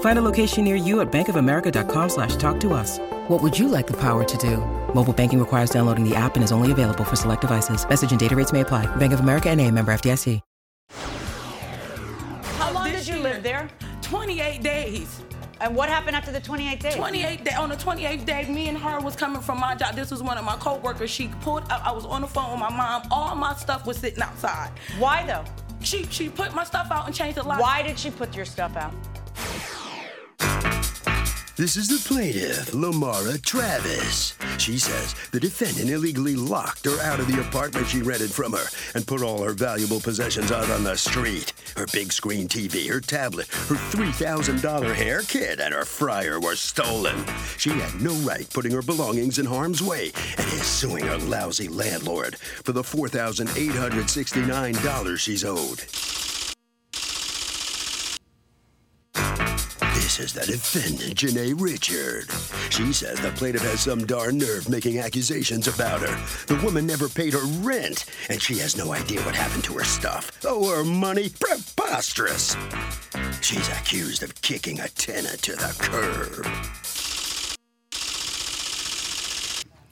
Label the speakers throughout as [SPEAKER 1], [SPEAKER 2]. [SPEAKER 1] Find a location near you at bankofamerica.com slash talk to us. What would you like the power to do? Mobile banking requires downloading the app and is only available for select devices. Message and data rates may apply. Bank of America and a member FDIC.
[SPEAKER 2] How long did you live there?
[SPEAKER 3] 28 days.
[SPEAKER 2] And what happened after the 28 days?
[SPEAKER 3] 28 day, on the 28th day, me and her was coming from my job. This was one of my coworkers. She pulled up. I was on the phone with my mom. All my stuff was sitting outside.
[SPEAKER 2] Why though?
[SPEAKER 3] She she put my stuff out and changed the lock.
[SPEAKER 2] Why did she put your stuff out?
[SPEAKER 4] This is the plaintiff, Lamara Travis. She says the defendant illegally locked her out of the apartment she rented from her and put all her valuable possessions out on the street. Her big screen TV, her tablet, her $3,000 hair kit, and her fryer were stolen. She had no right putting her belongings in harm's way and is suing her lousy landlord for the $4,869 she's owed. This is the defendant, Janae Richard. She says the plaintiff has some darn nerve making accusations about her. The woman never paid her rent, and she has no idea what happened to her stuff. Oh, her money? Preposterous! She's accused of kicking a tenant to the curb.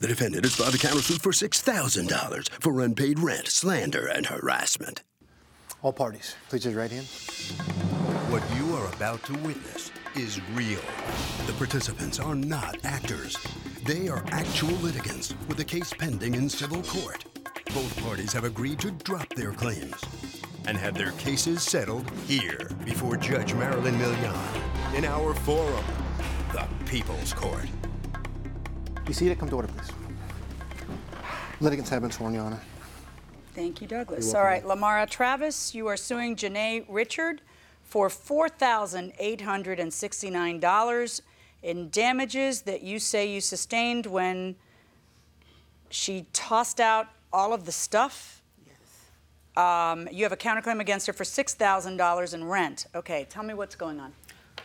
[SPEAKER 4] The defendant has filed a countersuit for $6,000 for unpaid rent, slander, and harassment.
[SPEAKER 5] All parties, please raise your right hand.
[SPEAKER 4] What you are about to witness is real. The participants are not actors. They are actual litigants with a case pending in civil court. Both parties have agreed to drop their claims and have their cases settled here before Judge Marilyn Millian in our forum, the People's Court.
[SPEAKER 5] Be seated. Come to order, please. Litigants have been sworn, Your Honor.
[SPEAKER 2] Thank you, Douglas. All right, Lamara Travis, you are suing Janae Richard for $4,869 in damages that you say you sustained when she tossed out all of the stuff. Um, you have a counterclaim against her for $6,000 in rent. Okay, tell me what's going on.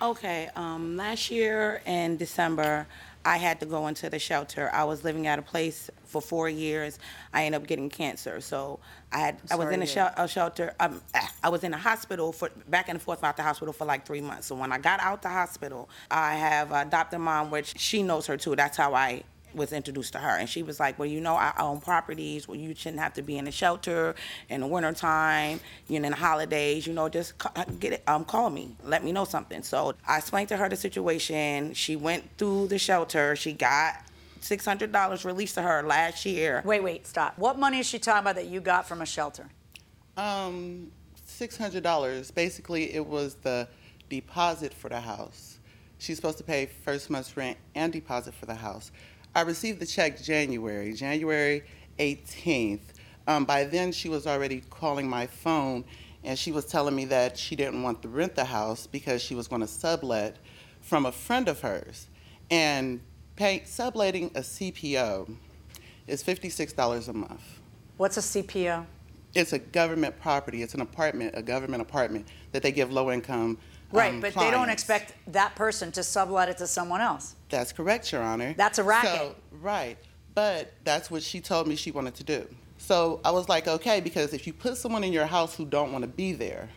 [SPEAKER 3] Okay, um, last year in December, I had to go into the shelter. I was living at a place for four years. I ended up getting cancer, so I had I was in a, shel- a shelter. Um, ah, I was in a hospital for back and forth out the hospital for like three months. So when I got out the hospital, I have a adopted mom, which she knows her too. That's how I was introduced to her and she was like well you know i own properties well you shouldn't have to be in a shelter in the wintertime you know in the holidays you know just ca- get it um call me let me know something so i explained to her the situation she went through the shelter she got $600 released to her last year
[SPEAKER 2] Wait, wait, stop. What money is she talking about that you got from a shelter?
[SPEAKER 6] Um, six hundred dollars. Basically, it was the deposit for the house. She's supposed to pay first month's rent and deposit for the house. I received the check January, January eighteenth. Um, by then, she was already calling my phone, and she was telling me that she didn't want to rent the house because she was going to sublet from a friend of hers, and pay, subletting a CPO is fifty-six dollars a month.
[SPEAKER 2] What's a CPO?
[SPEAKER 6] It's a government property. It's an apartment, a government apartment that they give low income.
[SPEAKER 2] Right,
[SPEAKER 6] um,
[SPEAKER 2] but they don't
[SPEAKER 6] clients.
[SPEAKER 2] expect that person to sublet it to someone else.
[SPEAKER 6] That's correct, Your Honor.
[SPEAKER 2] That's a racket.
[SPEAKER 6] So, right, but that's what she told me she wanted to do. So I was like, okay, because if you put someone in your house who don't want to be there,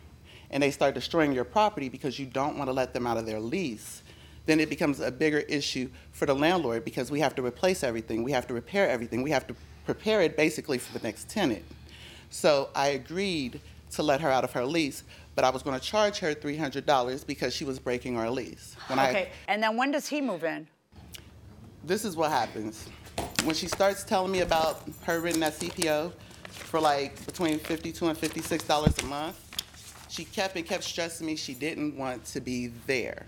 [SPEAKER 6] and they start destroying your property because you don't want to let them out of their lease, then it becomes a bigger issue for the landlord because we have to replace everything, we have to repair everything, we have to prepare it basically for the next tenant. So I agreed to let her out of her lease, but I was going to charge her $300 because she was breaking our lease. When I-
[SPEAKER 2] Okay, and then when does he move in?
[SPEAKER 6] this is what happens. When she starts telling me about her renting that CPO, for like between fifty-two and fifty-six dollars a month. She kept and kept stressing me she didn't want to be there.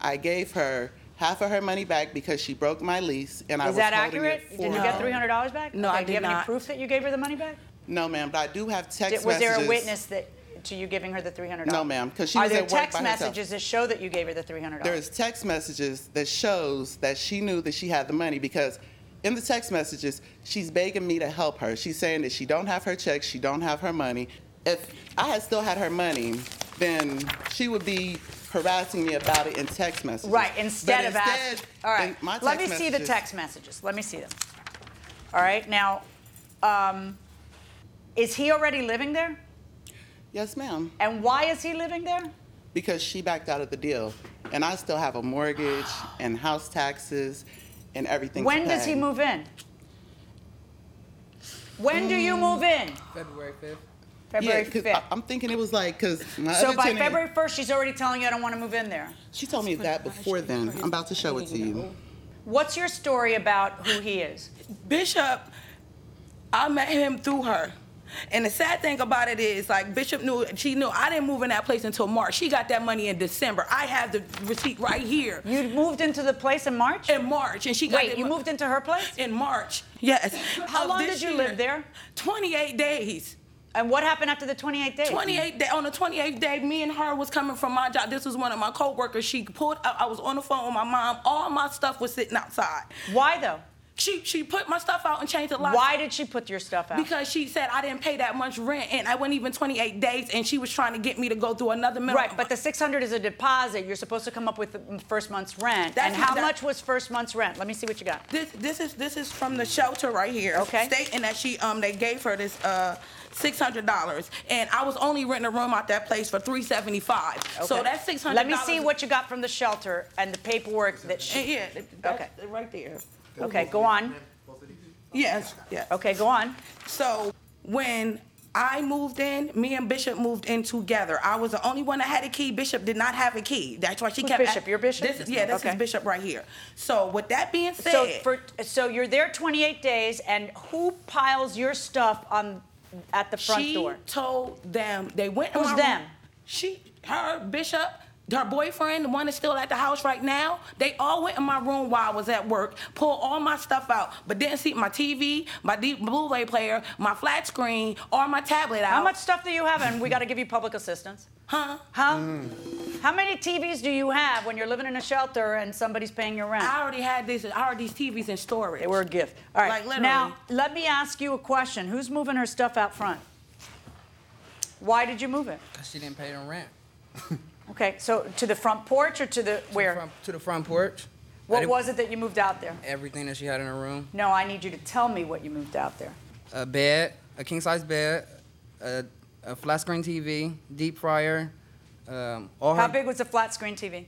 [SPEAKER 6] I gave her half of her money back because she broke my lease, and I
[SPEAKER 2] Is
[SPEAKER 6] was
[SPEAKER 2] that
[SPEAKER 6] holding it
[SPEAKER 2] accurate? Did you
[SPEAKER 6] for
[SPEAKER 2] get
[SPEAKER 6] her.
[SPEAKER 2] three hundred dollars back?
[SPEAKER 3] No,
[SPEAKER 2] Okay,
[SPEAKER 3] I
[SPEAKER 2] Do you
[SPEAKER 3] did
[SPEAKER 2] have any
[SPEAKER 3] not.
[SPEAKER 2] proof that you gave her the money back?
[SPEAKER 6] No, ma'am, but I do have text
[SPEAKER 2] Did-
[SPEAKER 6] messages.
[SPEAKER 2] Was there a witness that, to you giving her the three hundred dollars?
[SPEAKER 6] No, ma'am, 'cause she was at work
[SPEAKER 2] Are there text
[SPEAKER 6] by herself.
[SPEAKER 2] messages that show that you gave her the three hundred dollars?
[SPEAKER 6] There's text messages that shows that she knew that she had the money because in the text messages she's begging me to help her. She's saying that she don't have her checks, she don't have her money. If I had still had her money, then she would be harassing me about it in text messages.
[SPEAKER 2] Right,
[SPEAKER 6] But
[SPEAKER 2] instead of asking.
[SPEAKER 6] instead,
[SPEAKER 2] All
[SPEAKER 6] in
[SPEAKER 2] right,
[SPEAKER 6] my
[SPEAKER 2] let me
[SPEAKER 6] text
[SPEAKER 2] see the
[SPEAKER 6] messages-
[SPEAKER 2] text messages. Let me see them. All right, now, um, is he already living there?
[SPEAKER 6] Yes, ma'am.
[SPEAKER 2] And why is he living there?
[SPEAKER 6] because she backed out of the deal, and I still have a mortgage and house taxes and everything. to
[SPEAKER 2] When does he
[SPEAKER 6] pay.
[SPEAKER 2] move in? When do you move in?
[SPEAKER 7] February 5th.
[SPEAKER 2] February
[SPEAKER 6] Mm. yeah, 'cause
[SPEAKER 2] 5th.
[SPEAKER 6] I, I'm thinking it was like because my
[SPEAKER 2] so
[SPEAKER 6] other
[SPEAKER 2] by
[SPEAKER 6] tenant-
[SPEAKER 2] February 1st, she's already telling you I don't want to move in there.
[SPEAKER 6] She told me that before then. I'm about to show it to you.
[SPEAKER 2] What's your story about who he is?
[SPEAKER 3] Bishop, I met him through her. And the sad thing about it is, like Bishop knew, she knew I didn't move in that place until March. She got that money in December. I have the receipt right here
[SPEAKER 2] You moved into the place in March?
[SPEAKER 3] in March, and she got
[SPEAKER 2] Wait,
[SPEAKER 3] it
[SPEAKER 2] you
[SPEAKER 3] mo-
[SPEAKER 2] moved into her place?
[SPEAKER 3] in March. Yes. Uh,
[SPEAKER 2] How
[SPEAKER 3] Of
[SPEAKER 2] long
[SPEAKER 3] this
[SPEAKER 2] did you
[SPEAKER 3] year.
[SPEAKER 2] live there?
[SPEAKER 3] 28 days.
[SPEAKER 2] And what happened after the 28 days?
[SPEAKER 3] 28 day on the 28th day, me and her was coming from my job. This was one of my coworkers. She pulled up. I was on the phone with my mom. All my stuff was sitting outside.
[SPEAKER 2] Why though?
[SPEAKER 3] She she put my stuff out and changed the lock.
[SPEAKER 2] Why did she put your stuff out?
[SPEAKER 3] Because she said I didn't pay that much rent and I went even 28 days and she was trying to get me to go through another minimum.
[SPEAKER 2] Right, but the 600 is a deposit. You're supposed to come up with the first month's rent.
[SPEAKER 3] That's
[SPEAKER 2] and
[SPEAKER 3] not
[SPEAKER 2] how
[SPEAKER 3] that-
[SPEAKER 2] much was first month's rent? Let me see what you got.
[SPEAKER 3] this this is this is from the shelter right here.
[SPEAKER 2] Okay.
[SPEAKER 3] Stating that she um they gave her this uh six hundred dollars and I was only renting a room out that place for three seventy five. So
[SPEAKER 2] Okay.
[SPEAKER 3] that's six hundred.
[SPEAKER 2] Let me see what you got from the shelter and the paperwork that she.
[SPEAKER 3] Yeah.
[SPEAKER 2] Okay.
[SPEAKER 3] Okay. Right there.
[SPEAKER 2] Okay, go on.
[SPEAKER 3] Yes. Yes.
[SPEAKER 2] Okay, go on.
[SPEAKER 3] So when I moved in, me and Bishop moved in together. I was the only one that had a key. Bishop did not have a key. That's why she
[SPEAKER 2] Who's
[SPEAKER 3] kept
[SPEAKER 2] Bishop? Your Bishop?
[SPEAKER 3] This is- yeah, this
[SPEAKER 2] Okay.
[SPEAKER 3] is Bishop right here. So with that being said,
[SPEAKER 2] So for so you're there 28 days, and who piles your stuff on at the front
[SPEAKER 3] she
[SPEAKER 2] door?
[SPEAKER 3] told them they went. in
[SPEAKER 2] Who's
[SPEAKER 3] my
[SPEAKER 2] them?
[SPEAKER 3] room. She, her, Bishop. Her boyfriend, the one that's still at the house right now, they all went in my room while I was at work, pulled all my stuff out, but didn't see my TV, my deep Blu-ray player, my flat screen, or my tablet out.
[SPEAKER 2] How much stuff do you have? And we got to give you public assistance.
[SPEAKER 3] Huh?
[SPEAKER 2] Huh? How many TVs do you have when you're living in a shelter and somebody's paying your rent?
[SPEAKER 3] I already had this. I already these TVs in storage.
[SPEAKER 2] They were a gift. All right.
[SPEAKER 3] Like, literally.
[SPEAKER 2] Now, let me ask you a question. Who's moving her stuff out front? Why did you move it?
[SPEAKER 7] Cause she didn't pay the rent.
[SPEAKER 2] Okay, so to the front porch or to the where?
[SPEAKER 7] From, to the front porch.
[SPEAKER 2] what
[SPEAKER 7] But it-
[SPEAKER 2] was it that you moved out there?
[SPEAKER 7] Everything that she had in her room.
[SPEAKER 2] No, I need you to tell me what you moved out there.
[SPEAKER 7] A bed, a king size bed, a, a flat screen TV, deep fryer. Um, all
[SPEAKER 2] How
[SPEAKER 7] her,
[SPEAKER 2] big was the flat screen TV?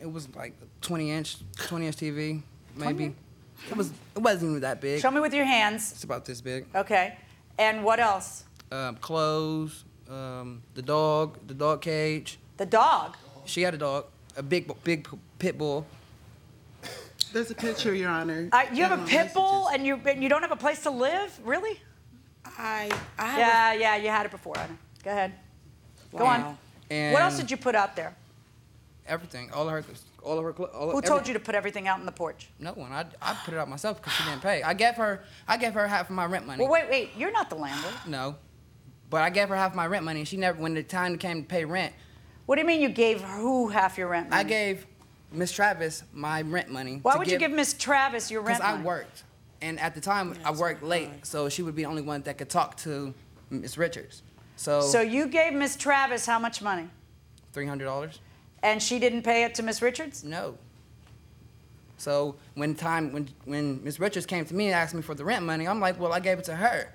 [SPEAKER 7] It was like 20 inch, 20 inch TV, maybe. It was. It wasn't even that big.
[SPEAKER 2] Show me with your hands.
[SPEAKER 7] It's about this big.
[SPEAKER 2] Okay. And what else?
[SPEAKER 7] Um, clothes, um, the dog, the dog cage.
[SPEAKER 2] The dog.
[SPEAKER 7] She had a dog, a big, big pit bull.
[SPEAKER 6] There's a picture, Your Honor.
[SPEAKER 2] Uh, you have
[SPEAKER 6] Um,
[SPEAKER 2] a pit bull
[SPEAKER 6] messages.
[SPEAKER 2] and you and you don't have a place to live? Really?
[SPEAKER 3] I, I have
[SPEAKER 2] Yeah, yeah, you had it before. I know. Go ahead.
[SPEAKER 3] a,
[SPEAKER 2] Go on.
[SPEAKER 3] Wow.
[SPEAKER 7] And
[SPEAKER 2] What else did you put out there?
[SPEAKER 7] Everything. All of her. All of her. clo- All
[SPEAKER 2] Who
[SPEAKER 7] of,
[SPEAKER 2] told you to put everything out on the porch?
[SPEAKER 7] No one. I, I put it out myself because she didn't pay. I gave her. I gave her half of my rent money.
[SPEAKER 2] Well, wait, wait. You're not the landlord.
[SPEAKER 7] No, but I gave her half my rent money. and She never. When the time came to pay rent,
[SPEAKER 2] What do you mean you gave who half your rent money?
[SPEAKER 7] I gave Miss Travis my rent money.
[SPEAKER 2] Why
[SPEAKER 7] to
[SPEAKER 2] would you give Miss Travis your
[SPEAKER 7] Because
[SPEAKER 2] rent
[SPEAKER 7] I
[SPEAKER 2] money?
[SPEAKER 7] worked, and at the time I worked late, so she would be the only one that could talk to Miss Richards. So,
[SPEAKER 2] So you gave Miss Travis how much money?
[SPEAKER 7] three hundred dollars.
[SPEAKER 2] And she didn't pay it to Miss Richards?
[SPEAKER 7] No. So when time when when Miss Richards came to me and asked me for the rent money, I'm like, well, I gave it to her.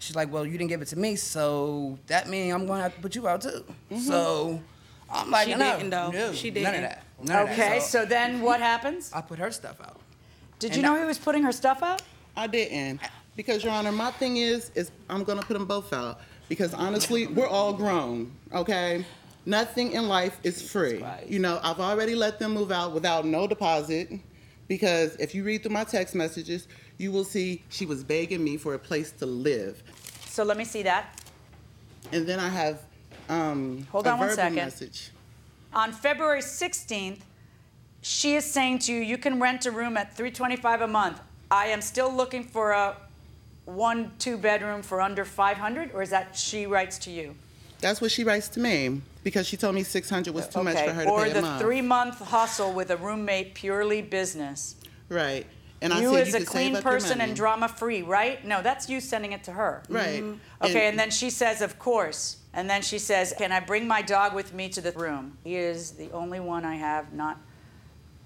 [SPEAKER 7] She's like, well, you didn't give it to me, so that means I'm gonna have to put you out too.
[SPEAKER 2] Mm-hmm.
[SPEAKER 7] So I'm like,
[SPEAKER 3] She
[SPEAKER 7] no,
[SPEAKER 3] didn't, though.
[SPEAKER 7] no,
[SPEAKER 3] She
[SPEAKER 7] None of
[SPEAKER 3] didn't.
[SPEAKER 7] that. None
[SPEAKER 2] Mm. okay,
[SPEAKER 7] Of that.
[SPEAKER 2] so then what happens?
[SPEAKER 7] I put her stuff out.
[SPEAKER 2] Did
[SPEAKER 7] and
[SPEAKER 2] you know
[SPEAKER 7] I-
[SPEAKER 2] he was putting her stuff out?
[SPEAKER 6] I didn't, because Your Honor, my thing is, is I'm gonna put them both out because honestly, we're all grown, okay? Nothing in life is free. You know, I've already let them move out without no deposit Because if you read through my text messages, you will see she was begging me for a place to live.
[SPEAKER 2] So let me see that.
[SPEAKER 6] And then I have um,
[SPEAKER 2] Hold
[SPEAKER 6] a
[SPEAKER 2] on one
[SPEAKER 6] verbal
[SPEAKER 2] second.
[SPEAKER 6] message.
[SPEAKER 2] On February 16th, she is saying to you, you can rent a room at 325 a month. I am still looking for a one, two bedroom for under 500, or is that she writes to you?
[SPEAKER 6] That's what she writes to me because she told me 600 was too much for her to
[SPEAKER 2] or
[SPEAKER 6] pay
[SPEAKER 2] the
[SPEAKER 6] a month.
[SPEAKER 2] three month hustle with a roommate, purely business.
[SPEAKER 6] right. And I
[SPEAKER 2] you as
[SPEAKER 6] said you
[SPEAKER 2] a
[SPEAKER 6] could save
[SPEAKER 2] clean
[SPEAKER 6] up your
[SPEAKER 2] person
[SPEAKER 6] money.
[SPEAKER 2] and drama free, right? No, that's you sending it to her. Mm-hmm.
[SPEAKER 6] Right.
[SPEAKER 2] Okay, and then she says, "Of course." And then she says, "Can I bring my dog with me to the room?" He is the only one I have not.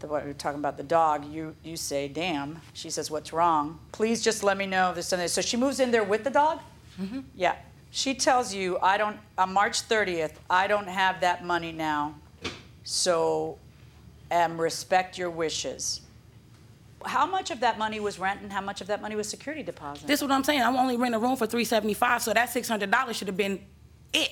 [SPEAKER 2] The what we're talking about the dog. You you say, "Damn." She says, "What's wrong?" Please just let me know if there's something. So she moves in there with the dog.
[SPEAKER 6] Mm-hmm.
[SPEAKER 2] Yeah. She tells you, "I don't." On March 30th, I don't have that money now. So, um, respect your wishes. How much of that money was rent, and how much of that money was security deposit?
[SPEAKER 3] This is what I'm saying. I'm only renting a room for three seventy five, so that six hundred dollars should have been it.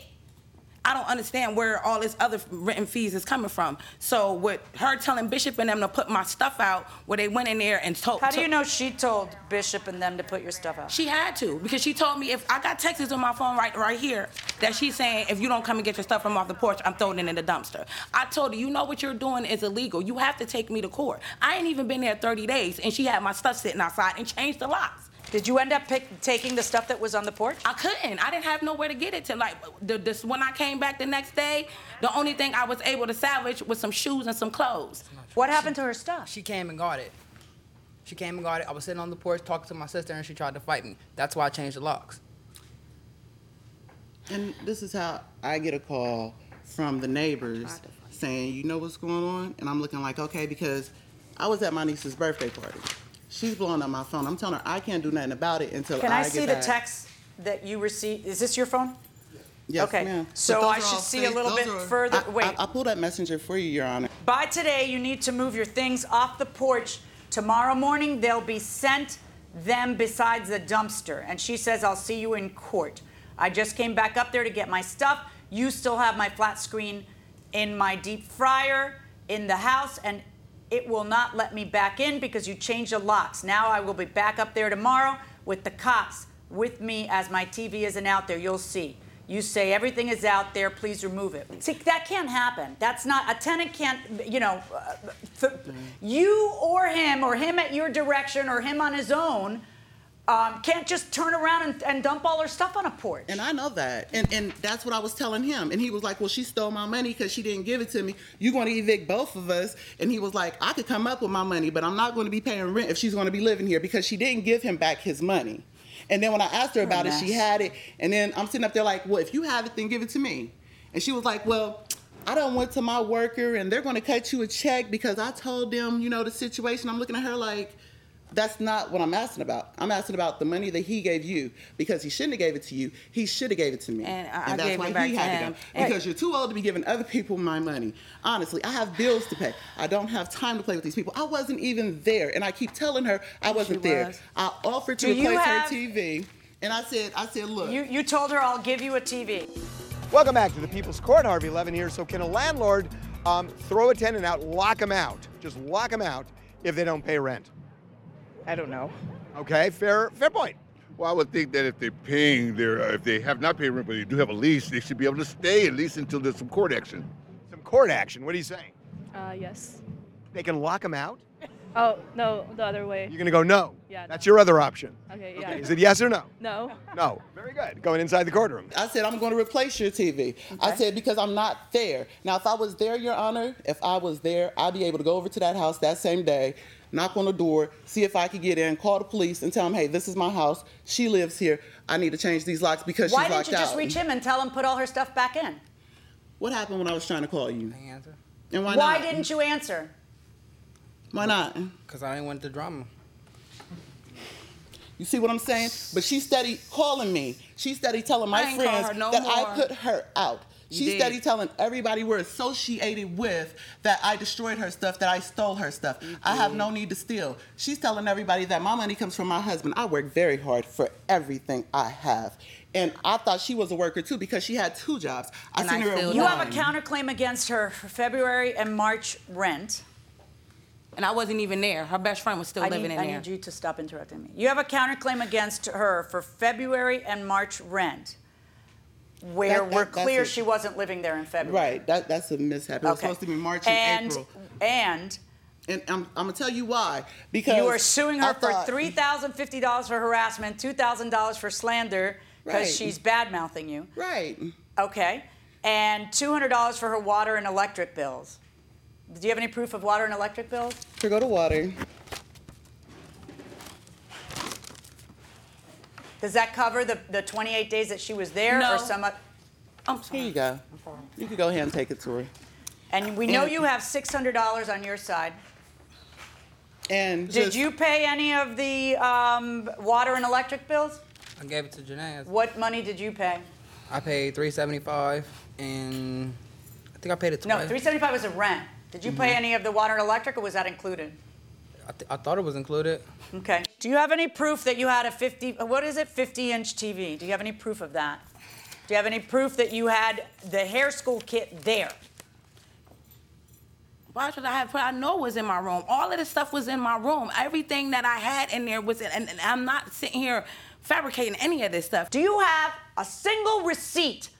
[SPEAKER 3] I don't understand where all this other rent and fees is coming from. So with her telling Bishop and them to put my stuff out, where they went in there and told.
[SPEAKER 2] How do
[SPEAKER 3] took-
[SPEAKER 2] you know she told Bishop and them to put your stuff out?
[SPEAKER 3] She had to because she told me if I got texts on my phone right right here that she's saying if you don't come and get your stuff from off the porch, I'm throwing it in the dumpster. I told her, you know what you're doing is illegal. You have to take me to court. I ain't even been there 30 days, and she had my stuff sitting outside and changed the locks.
[SPEAKER 2] Did you end up pick, taking the stuff that was on the porch?
[SPEAKER 3] I couldn't. I didn't have nowhere to get it to. Like the, this, when I came back the next day, the only thing I was able to salvage was some shoes and some clothes.
[SPEAKER 2] What happened to her stuff?
[SPEAKER 7] She came and got it. She came and got it. I was sitting on the porch talking to my sister, and she tried to fight me. That's why I changed the locks.
[SPEAKER 6] And this is how I get a call from the neighbors saying, you know what's going on? And I'm looking like, okay, because I was at my niece's birthday party. She's blowing up my phone. I'm telling her I can't do nothing about it until
[SPEAKER 2] Can
[SPEAKER 6] I,
[SPEAKER 2] I,
[SPEAKER 6] get
[SPEAKER 2] see the
[SPEAKER 6] back.
[SPEAKER 2] text that you received? Is this your phone?
[SPEAKER 6] Yes,
[SPEAKER 2] okay.
[SPEAKER 6] ma'am.
[SPEAKER 2] So
[SPEAKER 6] But those
[SPEAKER 2] I
[SPEAKER 6] are
[SPEAKER 2] should
[SPEAKER 6] all
[SPEAKER 2] see a
[SPEAKER 6] fake-
[SPEAKER 2] little
[SPEAKER 6] those
[SPEAKER 2] bit
[SPEAKER 6] are-
[SPEAKER 2] further-
[SPEAKER 6] I- I-
[SPEAKER 2] wait.
[SPEAKER 6] I pulled that messenger for you, Your Honor.
[SPEAKER 2] By today, you need to move your things off the porch. Tomorrow morning, they'll be sent them besides the dumpster. And she says, I'll see you in court. I just came back up there to get my stuff. You still have my flat screen in my deep fryer in the house, and it will not let me back in because you changed the locks. Now I will be back up there tomorrow with the cops with me as my TV isn't out there. You'll see. You say everything is out there. Please remove it. See, that can't happen. That's not a tenant can't. You know, uh, th- you or him or him at your direction or him on his own um, can't just turn around and, and dump all her stuff on a porch.
[SPEAKER 6] And I know that. And and that's what I was telling him. And he was like, Well, she stole my money because she didn't give it to me. You're going to evict both of us. And he was like, I could come up with my money, but I'm not going to be paying rent if she's going to be living here because she didn't give him back his money. And then when I asked her about it, she
[SPEAKER 2] mess.
[SPEAKER 6] had it. And then I'm sitting up there like, Well, if you have it, then give it to me. And she was like, Well, I don't went to my worker and they're going to cut you a check because I told them, you know, the situation. I'm looking at her like, that's not what I'm asking about. I'm asking about the money that he gave you because he shouldn't have gave it to you. He should have gave it to me,
[SPEAKER 3] And I- I
[SPEAKER 6] that's
[SPEAKER 3] gave
[SPEAKER 6] why
[SPEAKER 3] it back
[SPEAKER 6] he
[SPEAKER 3] to
[SPEAKER 6] had
[SPEAKER 3] him.
[SPEAKER 6] to go
[SPEAKER 3] And-
[SPEAKER 6] because you're too old to be giving other people my money. Honestly, I have bills to pay. I don't have time to play with these people. I wasn't even there, and I keep telling her I wasn't there.
[SPEAKER 3] was.
[SPEAKER 6] I offered to
[SPEAKER 2] Do you
[SPEAKER 6] replace
[SPEAKER 2] have-
[SPEAKER 6] her TV, and I said, I said, look,
[SPEAKER 2] you you told her I'll give you a TV.
[SPEAKER 8] Welcome back to the People's Court. Harvey Levin here. So, can a landlord um, throw a tenant out, lock them out, just lock them out if they don't pay rent?
[SPEAKER 9] I don't know.
[SPEAKER 8] Okay, fair, fair point.
[SPEAKER 10] Well, I would think that if they're paying their, uh, if they have not paid rent, but they do have a lease, they should be able to stay at least until there's some court action.
[SPEAKER 8] Some court action. What are you saying?
[SPEAKER 9] Uh, yes.
[SPEAKER 8] They can lock them out.
[SPEAKER 9] Oh no, the other way.
[SPEAKER 8] You're gonna go no.
[SPEAKER 9] Yeah,
[SPEAKER 8] That's
[SPEAKER 9] no.
[SPEAKER 8] your other option.
[SPEAKER 9] Okay, yeah.
[SPEAKER 8] Is it yes or no?
[SPEAKER 9] No.
[SPEAKER 8] No. Very good. Going inside the courtroom.
[SPEAKER 6] I said, I'm going to replace your TV. I said, because I'm not there. Now, if I was there, Your Honor, if I was there, I'd be able to go over to that house that same day, knock on the door, see if I could get in, call the police, and tell them, hey, this is my house. She lives here. I need to change these locks because
[SPEAKER 2] Why
[SPEAKER 6] she's
[SPEAKER 2] didn't
[SPEAKER 6] locked
[SPEAKER 2] you just
[SPEAKER 6] out.
[SPEAKER 2] reach him and tell him put all her stuff back in?
[SPEAKER 6] What happened when I was trying to call you?
[SPEAKER 7] Answer?
[SPEAKER 6] And why,
[SPEAKER 2] Why
[SPEAKER 6] not?
[SPEAKER 2] didn't you answer?
[SPEAKER 6] Why not?
[SPEAKER 7] Because I didn't want the drama.
[SPEAKER 6] You see what I'm saying? But she steady calling me. She steady telling
[SPEAKER 3] I
[SPEAKER 6] my
[SPEAKER 3] ain't call
[SPEAKER 6] friends
[SPEAKER 3] her no
[SPEAKER 6] that
[SPEAKER 3] more.
[SPEAKER 6] I put her out. She
[SPEAKER 3] did.
[SPEAKER 6] steady telling everybody we're associated with that I destroyed her stuff, that I stole her stuff. I have no need to steal. She's telling everybody that my money comes from my husband. I work very hard for everything I have. And I thought she was a worker too because she had two jobs. I
[SPEAKER 3] And
[SPEAKER 6] seen
[SPEAKER 3] I
[SPEAKER 6] her at
[SPEAKER 3] still don't.
[SPEAKER 6] one.
[SPEAKER 2] You have a counterclaim against her for February and March rent.
[SPEAKER 3] And I wasn't even there. Her best friend was still
[SPEAKER 2] I
[SPEAKER 3] living
[SPEAKER 2] need,
[SPEAKER 3] in
[SPEAKER 2] I
[SPEAKER 3] there.
[SPEAKER 2] need you to stop interrupting me. You have a counterclaim against her for February and March rent, where
[SPEAKER 6] That- that-
[SPEAKER 2] we're
[SPEAKER 6] that's
[SPEAKER 2] clear
[SPEAKER 6] it.
[SPEAKER 2] she wasn't living there in February.
[SPEAKER 6] Right. That, that's a mishap. It was
[SPEAKER 2] Okay.
[SPEAKER 6] supposed to be March and,
[SPEAKER 2] and
[SPEAKER 6] April.
[SPEAKER 2] and
[SPEAKER 6] And I'm, I'm gonna tell you why. Because
[SPEAKER 2] you are suing her
[SPEAKER 6] I
[SPEAKER 2] for
[SPEAKER 6] thought-
[SPEAKER 2] three thousand fifty dollars for harassment, two thousand dollars for slander because
[SPEAKER 6] Right.
[SPEAKER 2] she's bad mouthing you.
[SPEAKER 6] Right.
[SPEAKER 2] Okay, and two hundred dollars for her water and electric bills. Do you have any proof of water and electric bills?
[SPEAKER 6] Here go to water.
[SPEAKER 2] Does that cover the, the twenty-eight days that she was there
[SPEAKER 6] No.
[SPEAKER 2] or some? oth-
[SPEAKER 3] I'm
[SPEAKER 6] Here you go. You can go ahead and take it to her.
[SPEAKER 2] And we know
[SPEAKER 6] And-
[SPEAKER 2] you have six hundred dollars on your side.
[SPEAKER 6] And
[SPEAKER 2] Did
[SPEAKER 6] just-
[SPEAKER 2] you pay any of the um, water and electric bills?
[SPEAKER 7] I gave it to Janae.
[SPEAKER 2] What money did you pay?
[SPEAKER 7] I paid three seventy five, and I think I paid it
[SPEAKER 2] No,
[SPEAKER 7] twice.
[SPEAKER 2] three seventy-five was a rent. Did you pay
[SPEAKER 6] Mm-hmm.
[SPEAKER 7] Mhm.
[SPEAKER 2] any of the water and electric, or was that included?
[SPEAKER 7] I, th- I thought it was included.
[SPEAKER 2] Okay. Do you have any proof that you had a 50, what is it, 50 inch TV? Do you have any proof of that? Do you have any proof that you had the hair school kit there?
[SPEAKER 3] Why should I have put? I know it was in my room. All of this stuff was in my room. Everything that I had in there was in, and, and I'm not sitting here fabricating any of this stuff.
[SPEAKER 2] Do you have a single receipt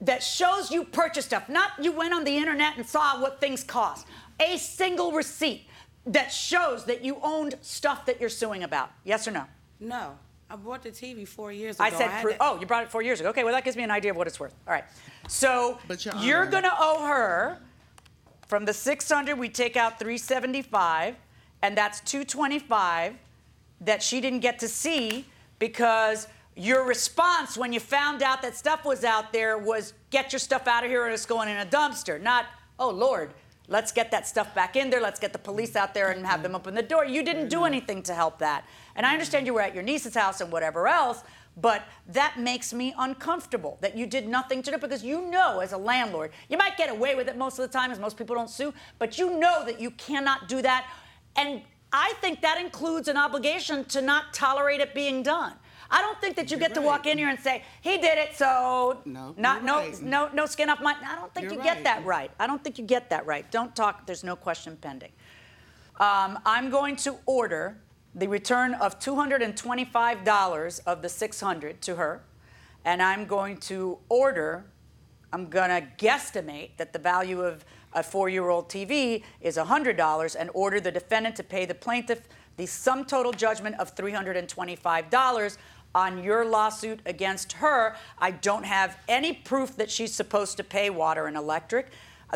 [SPEAKER 2] that shows you purchased stuff? Not you went on the internet and saw what things cost. A single receipt that shows that you owned stuff that you're suing about. Yes or no?
[SPEAKER 3] No, I bought the TV four years ago.
[SPEAKER 2] I said,
[SPEAKER 3] had
[SPEAKER 2] pro-
[SPEAKER 3] it-
[SPEAKER 2] oh, you brought it four years ago. Okay, well, that gives me an idea of what it's worth. All right. So
[SPEAKER 6] Your
[SPEAKER 2] you're
[SPEAKER 6] Honor.
[SPEAKER 2] going to owe her from the 600, we take out 375, and that's 225 that she didn't get to see because your response when you found out that stuff was out there was get your stuff out of here and it's going in a dumpster, not, oh, Lord. Let's get that stuff back in there. Let's get the police out there and have them open the door. You didn't do anything to help that. And I understand you were at your niece's house and whatever else, but that makes me uncomfortable that you did nothing to do it because you know, as a landlord, you might get away with it most of the time, as most people don't sue, but you know that you cannot do that. And I think that includes an obligation to not tolerate it being done. I don't think that you get to walk in here and say, he did it, so
[SPEAKER 6] No,
[SPEAKER 2] not,
[SPEAKER 6] you're
[SPEAKER 2] no,
[SPEAKER 6] right.
[SPEAKER 2] no, no skin off my. I don't think
[SPEAKER 6] You're
[SPEAKER 2] you get that
[SPEAKER 6] right.
[SPEAKER 2] right. I don't think you get that right. Don't talk. There's no question pending. Um, I'm going to order the return of $225 of the 600 to her, and I'm going to order. I'm gonna guesstimate that the value of a four-year-old TV is $100, and order the defendant to pay the plaintiff the sum total judgment of $325 on your lawsuit against her. I don't have any proof that she's supposed to pay water and electric.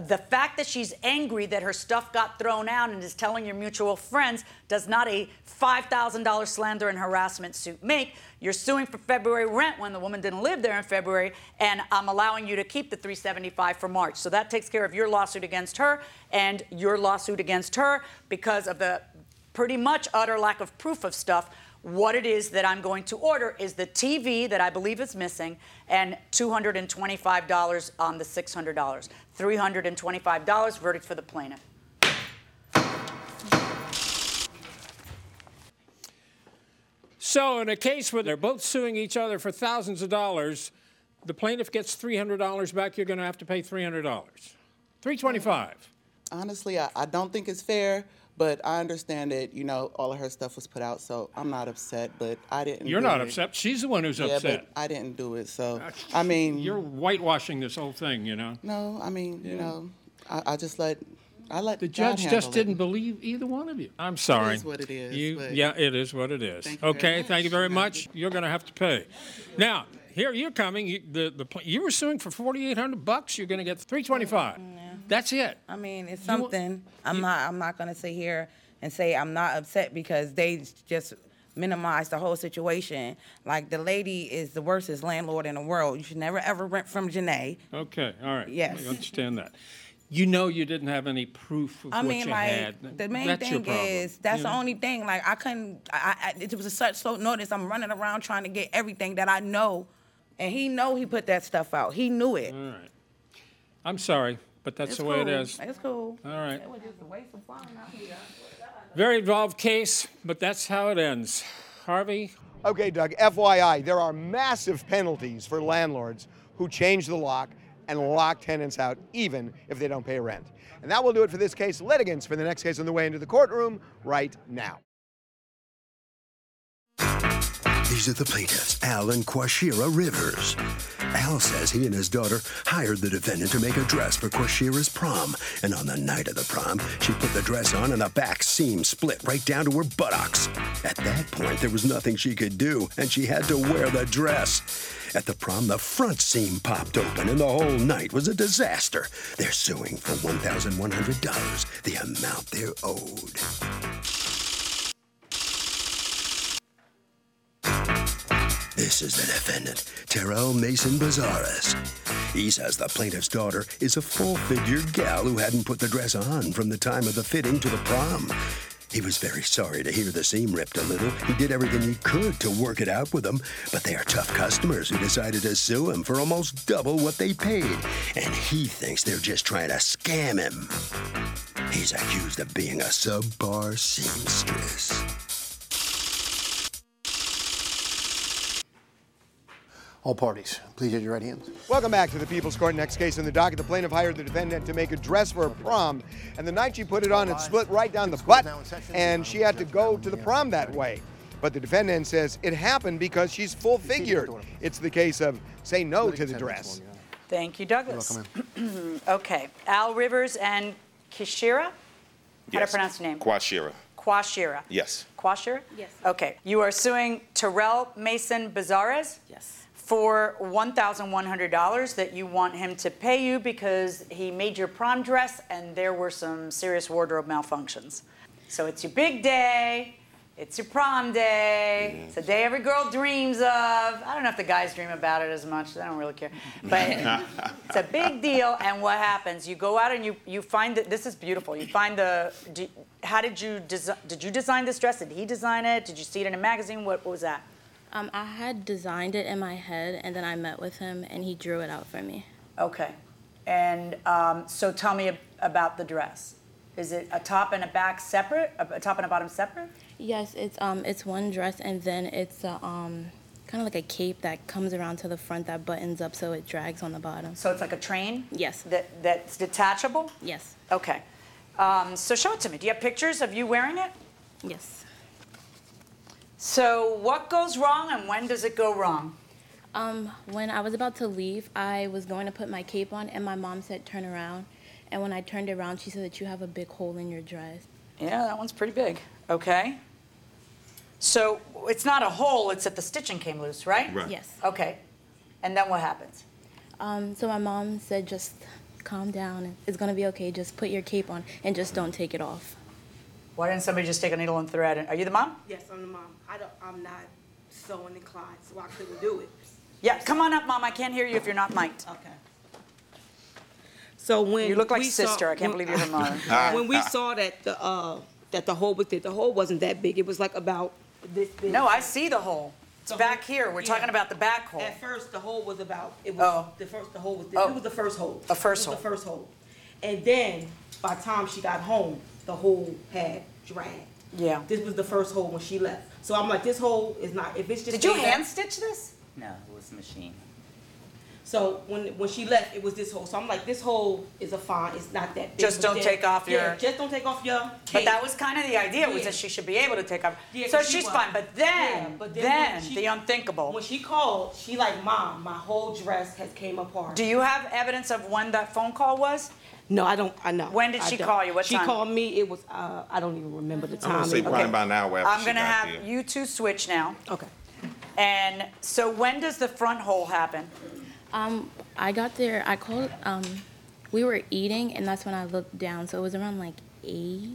[SPEAKER 2] The fact that she's angry that her stuff got thrown out and is telling your mutual friends does not a $5,000 slander and harassment suit make. You're suing for February rent when the woman didn't live there in February, and I'm allowing you to keep the 375 for March. So that takes care of your lawsuit against her and your lawsuit against her because of the pretty much utter lack of proof of stuff. What it is that I'm going to order is the TV that I believe is missing and $225 on the $600. $325 verdict for the plaintiff.
[SPEAKER 11] So, in a case where they're both suing each other for thousands of dollars, the plaintiff gets $300 back. You're going to have to pay $300. 325.
[SPEAKER 6] honestly, I, I don't think it's fair, but I understand that, you know, all of her stuff was put out, so I'm not upset, but I didn't.
[SPEAKER 11] You're
[SPEAKER 6] do
[SPEAKER 11] not
[SPEAKER 6] it.
[SPEAKER 11] upset. She's the one who's
[SPEAKER 6] Yeah, but
[SPEAKER 11] upset.
[SPEAKER 6] I didn't do it, so I mean,
[SPEAKER 11] You're whitewashing this whole thing, you know.
[SPEAKER 6] no, I mean, you
[SPEAKER 11] Yeah.
[SPEAKER 6] know, I, I just let, I let
[SPEAKER 11] The judge just didn't believe either one of you. I'm sorry.
[SPEAKER 6] It is what it is.
[SPEAKER 11] You-
[SPEAKER 6] but-
[SPEAKER 11] yeah, it is what it is.
[SPEAKER 6] Thank you very
[SPEAKER 11] okay, thank you very much. You're going to have to pay. Now, here you're coming. You, the, the, pla- you were suing for 4800 bucks. You're going to get 325 That's it.
[SPEAKER 3] I mean, it's
[SPEAKER 11] You wa-
[SPEAKER 3] something. I'm not. I'm not gonna sit here and say I'm not upset because they just minimized the whole situation. Like the lady is the worstest landlord in the world. You should never ever rent from Janae.
[SPEAKER 11] Okay, all right.
[SPEAKER 3] Yes.
[SPEAKER 11] I understand that. You know you didn't have any proof of
[SPEAKER 3] I
[SPEAKER 11] what
[SPEAKER 3] mean,
[SPEAKER 11] you
[SPEAKER 3] like
[SPEAKER 11] had.
[SPEAKER 3] the main
[SPEAKER 11] That's your
[SPEAKER 3] thing
[SPEAKER 11] problem,
[SPEAKER 3] is that's
[SPEAKER 11] you
[SPEAKER 3] the
[SPEAKER 11] know?
[SPEAKER 3] only thing. Like I couldn't. I, I it was a such slow notice. I'm running around trying to get everything that I know, and he know he put that stuff out. He knew it.
[SPEAKER 11] All right. I'm sorry, but that's
[SPEAKER 3] It's
[SPEAKER 11] the way it
[SPEAKER 3] cool.
[SPEAKER 11] is.
[SPEAKER 3] It's cool.
[SPEAKER 11] All right.
[SPEAKER 3] It was just a waste of time out here.
[SPEAKER 11] Very involved case, but that's how it ends. Harvey,
[SPEAKER 8] Okay, Doug, FYI, there are massive penalties for landlords who change the lock and lock tenants out even if they don't pay rent. And that will do it for this case. Litigants for the next case on the way into the courtroom right now.
[SPEAKER 4] These are the plaintiffs, Al and Quashira Rivers. Al says he and his daughter hired the defendant to make a dress for Quashira's prom, and on the night of the prom, she put the dress on and the back seam split right down to her buttocks. At that point, there was nothing she could do, and she had to wear the dress. At the prom, the front seam popped open, and the whole night was a disaster. They're suing for $1,100, the amount they're owed. This is the defendant, Terrell Mason Bazaras. He says the plaintiff's daughter is a full figured gal who hadn't put the dress on from the time of the fitting to the prom. He was very sorry to hear the seam ripped a little. He did everything he could to work it out with them, but they are tough customers who decided to sue him for almost double what they paid, and he thinks they're just trying to scam him. He's accused of being a subpar seamstress.
[SPEAKER 5] All parties, please raise your right hands.
[SPEAKER 8] Welcome back to the People's Court. Next case in the docket, the plaintiff hired the defendant to make a dress for a prom, and the night she put it on, it split right down the butt, and she had to go to the prom that way. But the defendant says it happened because she's full figured. It's the case of say no to the dress.
[SPEAKER 2] Thank you, Douglas. okay, Al Rivers and Kishira? How do I
[SPEAKER 12] Yes.
[SPEAKER 2] pronounce your name?
[SPEAKER 12] Quashira.
[SPEAKER 2] Quashira.
[SPEAKER 12] Yes.
[SPEAKER 2] Quashira?
[SPEAKER 12] Yes.
[SPEAKER 2] Okay, you are suing Terrell Mason Bazares? Yes. For $1,100 that you want him to pay you because he made your prom dress and there were some serious wardrobe malfunctions. So it's your big day, it's your prom day, it's a day every girl dreams of. I don't know if the guys dream about it as much, they don't really care. But it's a big deal and what happens you go out and you you find that this is beautiful you find the do, how did you desi- did you design this dress did he design it did you see it in a magazine what, what was that
[SPEAKER 13] Um, I had designed it in my head, and then I met with him, and he drew it out for me.
[SPEAKER 2] okay and um, so tell me ab- about the dress is it a top and a back separate a, a top and a bottom separate
[SPEAKER 13] Yes, it's um, it's one dress, and then it's a, um, kind of like a cape that comes around to the front that buttons up so it drags on the bottom.
[SPEAKER 2] so it's like a train
[SPEAKER 13] yes
[SPEAKER 2] that that's detachable
[SPEAKER 13] yes
[SPEAKER 2] okay um, so show it to me do you have pictures of you wearing it
[SPEAKER 13] yes
[SPEAKER 2] so what goes wrong and when does it go wrong
[SPEAKER 13] Um, when I was about to leave, I was going to put my cape on, and my mom said turn around, and when I turned around, she said that you have a big hole in your dress.
[SPEAKER 2] Yeah, that one's pretty big. Okay. So it's not a hole, it's that the stitching came loose, right?
[SPEAKER 13] Right. Yes.
[SPEAKER 2] Okay. And then what happens?
[SPEAKER 13] Um, so my mom said just calm down, it's gonna be okay. Just put your cape on and just don't take it off.
[SPEAKER 2] Why didn't somebody just take a needle and thread? And, are you the mom?
[SPEAKER 14] Yes, I'm the mom. I don't, I'm not so inclined, so I couldn't do it.
[SPEAKER 2] Yeah, come on up, mom. I can't hear you if you're not mic'd. Okay.
[SPEAKER 14] So when
[SPEAKER 2] You look like
[SPEAKER 14] we saw-
[SPEAKER 2] sister. I can't
[SPEAKER 14] when-
[SPEAKER 2] believe you're her mom.
[SPEAKER 14] When we saw that the, uh, that the hole was there, the hole wasn't that big. It was like about this big.
[SPEAKER 2] No, I see the hole. It's back here. We're talking about the back hole.
[SPEAKER 14] At first, the hole was about, it was, the first, the hole was, this.
[SPEAKER 2] Oh.
[SPEAKER 14] it was the first hole.
[SPEAKER 2] The first
[SPEAKER 14] It was
[SPEAKER 2] hole.
[SPEAKER 14] The first hole. And then, by the time she got home, the hole had dragged.
[SPEAKER 2] Yeah.
[SPEAKER 14] This was the first hole when she left. So I'm like, this hole is not, if it's just.
[SPEAKER 2] Did you
[SPEAKER 14] there-
[SPEAKER 2] hand stitch this?
[SPEAKER 14] No, it was machine. So when when she left, it was this hole. So I'm like, this hole is a fine. It's not that big.
[SPEAKER 2] Just
[SPEAKER 14] but
[SPEAKER 2] don't
[SPEAKER 14] then-
[SPEAKER 2] take off
[SPEAKER 14] yeah,
[SPEAKER 2] your-
[SPEAKER 14] Just don't take off your.
[SPEAKER 2] But
[SPEAKER 14] cape.
[SPEAKER 2] that was kind of the idea was
[SPEAKER 14] Yeah.
[SPEAKER 2] that she should be able to take off.
[SPEAKER 14] Yeah,
[SPEAKER 2] so
[SPEAKER 14] 'cause she
[SPEAKER 2] she's
[SPEAKER 14] was.
[SPEAKER 2] fine. But then,
[SPEAKER 14] Yeah, but
[SPEAKER 2] then,
[SPEAKER 14] then when she-
[SPEAKER 2] the unthinkable.
[SPEAKER 14] When she called, she like, mom, my whole dress has came apart.
[SPEAKER 2] Do you have evidence of when that phone call was?
[SPEAKER 14] No, I don't. I know.
[SPEAKER 2] When did
[SPEAKER 14] I
[SPEAKER 2] she
[SPEAKER 14] don't.
[SPEAKER 2] call you? What
[SPEAKER 14] she
[SPEAKER 2] time?
[SPEAKER 14] called me. It was uh, I don't even remember the
[SPEAKER 12] I'm
[SPEAKER 14] time.
[SPEAKER 12] gonna say
[SPEAKER 14] It was-
[SPEAKER 12] probably about an hour after
[SPEAKER 2] I'm
[SPEAKER 12] she
[SPEAKER 2] gonna
[SPEAKER 12] got
[SPEAKER 2] have
[SPEAKER 12] there.
[SPEAKER 2] you two switch now.
[SPEAKER 14] Okay.
[SPEAKER 2] And so when does the front hole happen?
[SPEAKER 13] Um, I got there. I called. Um, we were eating, and that's when I looked down. So it was around like eight.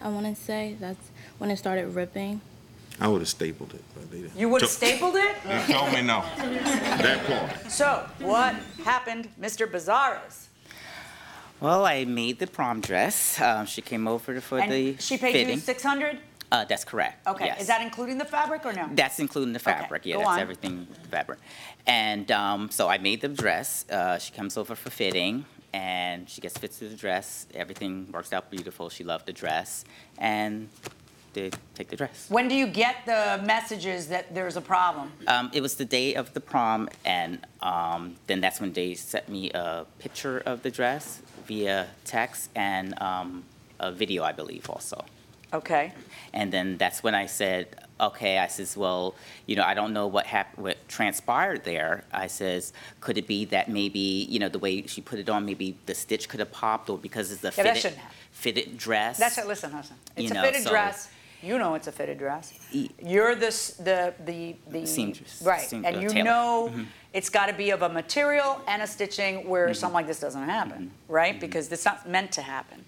[SPEAKER 13] I want to say that's when it started ripping.
[SPEAKER 12] I would have stapled it, but they didn't.
[SPEAKER 2] You would have
[SPEAKER 12] To-
[SPEAKER 2] stapled it?
[SPEAKER 12] They told me no. That part.
[SPEAKER 2] So what happened, Mr. Bizarres?
[SPEAKER 15] Well, I made the prom dress. Um, she came over for
[SPEAKER 2] And
[SPEAKER 15] the
[SPEAKER 2] she paid
[SPEAKER 15] fitting.
[SPEAKER 2] you 600?
[SPEAKER 15] Uh, that's correct.
[SPEAKER 2] Okay,
[SPEAKER 15] Yes.
[SPEAKER 2] is that including the fabric or no?
[SPEAKER 15] That's including the fabric. yeah,
[SPEAKER 2] go
[SPEAKER 15] that's
[SPEAKER 2] on.
[SPEAKER 15] everything the fabric. And um, so I made the dress. Uh, she comes over for fitting, and she gets fits to the dress. Everything works out beautiful. She loved the dress, and they take the dress.
[SPEAKER 2] When do you get the messages that there's a problem?
[SPEAKER 15] Um, it was the day of the prom, and um, then that's when they sent me a picture of the dress via text and um, a video, I believe, also.
[SPEAKER 2] Okay.
[SPEAKER 15] And then that's when I said, okay, I says, well, you know, I don't know what happened, what transpired there. I says, could it be that maybe, you know, the way she put it on, maybe the stitch could have popped, or because it's a
[SPEAKER 2] Yeah, that
[SPEAKER 15] fitted,
[SPEAKER 2] shouldn't happen.
[SPEAKER 15] fitted dress?
[SPEAKER 2] That's it. Listen, listen.
[SPEAKER 15] You
[SPEAKER 2] It's a
[SPEAKER 15] know,
[SPEAKER 2] fitted
[SPEAKER 15] so-
[SPEAKER 2] dress. You know it's a fitted dress. You're the s- the the the
[SPEAKER 15] Seamstress.
[SPEAKER 2] right,
[SPEAKER 15] Seam-
[SPEAKER 2] and
[SPEAKER 15] uh,
[SPEAKER 2] you
[SPEAKER 15] tailor.
[SPEAKER 2] know
[SPEAKER 11] Mm-hmm.
[SPEAKER 15] Mhm.
[SPEAKER 2] it's got to be of a material and a stitching where
[SPEAKER 15] Mhm.
[SPEAKER 2] something like this doesn't happen, right? Because it's not meant to happen.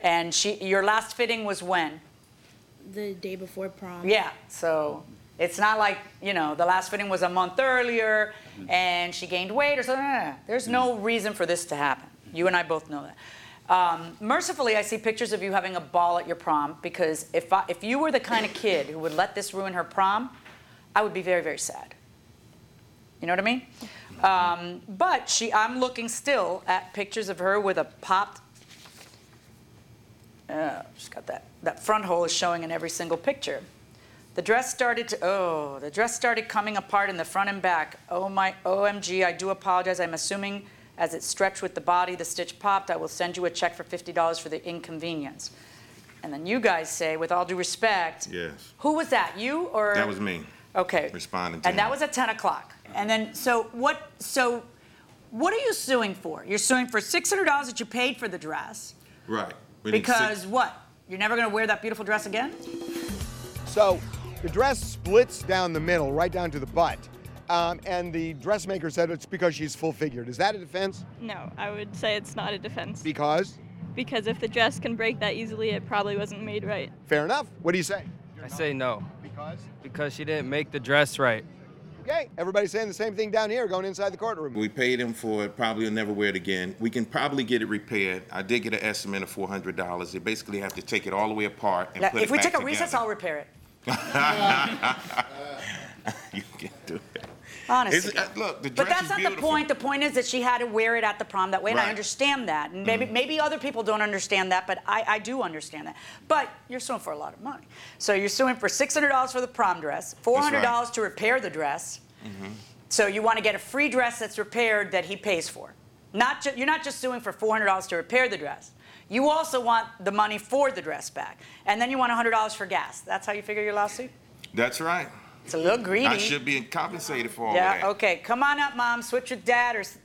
[SPEAKER 2] And she, your last fitting was when?
[SPEAKER 13] The day before prom.
[SPEAKER 2] Yeah. So it's not like you know the last fitting was a month earlier, and she gained weight or something. No, no, no. There's no reason for this to happen. You and I both know that. Um, mercifully, I see pictures of you having a ball at your prom because if I, if you were the kind of kid who would let this ruin her prom, I would be very very sad. You know what I mean? Um, but she, I'm looking still at pictures of her with a popped. Uh, she's got that that front hole is showing in every single picture. The dress started to oh, the dress started coming apart in the front and back. Oh my OMG, I do apologize. I'm assuming as it stretched with the body, the stitch popped. I will send you a check for $50 for the inconvenience. And then you guys say, with all due respect,
[SPEAKER 12] Yes.
[SPEAKER 2] who was that? You or
[SPEAKER 12] That was me
[SPEAKER 2] Okay.
[SPEAKER 12] responding to
[SPEAKER 2] And that
[SPEAKER 12] him.
[SPEAKER 2] was at 10 o'clock. And then, so what, so what are you suing for? You're suing for $600 that you paid for the dress
[SPEAKER 12] Right. We didn't sit-
[SPEAKER 2] because what? You're never going to wear that beautiful dress again?
[SPEAKER 8] So the dress splits down the middle, right down to the butt. Um, and the dressmaker said it's because she's full figured. Is that a defense?
[SPEAKER 9] No, I would say it's not a defense.
[SPEAKER 8] Because?
[SPEAKER 9] Because if the dress can break that easily, it probably wasn't made right.
[SPEAKER 8] Fair enough. What do you say?
[SPEAKER 16] I say no. Because? Because she didn't make the dress right.
[SPEAKER 8] Okay, everybody's saying the same thing down here going inside the courtroom.
[SPEAKER 12] We paid him for it, probably will never wear it again. We can probably get it repaired. I did get an estimate of four hundred dollars. They basically have to take it all the way apart and
[SPEAKER 2] Now,
[SPEAKER 12] put
[SPEAKER 2] If
[SPEAKER 12] it
[SPEAKER 2] we
[SPEAKER 12] back
[SPEAKER 2] take a
[SPEAKER 12] together.
[SPEAKER 2] recess, I'll repair it.
[SPEAKER 12] You can't do it.
[SPEAKER 2] Honest
[SPEAKER 12] It's-
[SPEAKER 2] to
[SPEAKER 12] uh, Look, the
[SPEAKER 2] But
[SPEAKER 12] dress
[SPEAKER 2] that's
[SPEAKER 12] is
[SPEAKER 2] not the
[SPEAKER 12] beautiful.
[SPEAKER 2] point. The point is that she had to wear it at the prom that way, and I
[SPEAKER 12] Right.
[SPEAKER 2] understand that. And maybe
[SPEAKER 12] Mhm.
[SPEAKER 2] maybe other people don't understand that, but I, I do understand that. But you're suing for a lot of money. So you're suing for six hundred dollars for the prom dress, four hundred dollars to repair the dress.
[SPEAKER 12] Mhm.
[SPEAKER 2] So you want to get a free dress that's repaired that he pays for. Not ju- you're not just suing for four hundred dollars to repair the dress. You also want the money for the dress back, and then you want hundred dollars for gas. That's how you figure your lawsuit.
[SPEAKER 12] That's right.
[SPEAKER 2] It's a little greedy.
[SPEAKER 12] I should be compensated for all that.
[SPEAKER 2] Yeah, okay. Come on up, mom. Switch with dad or. s-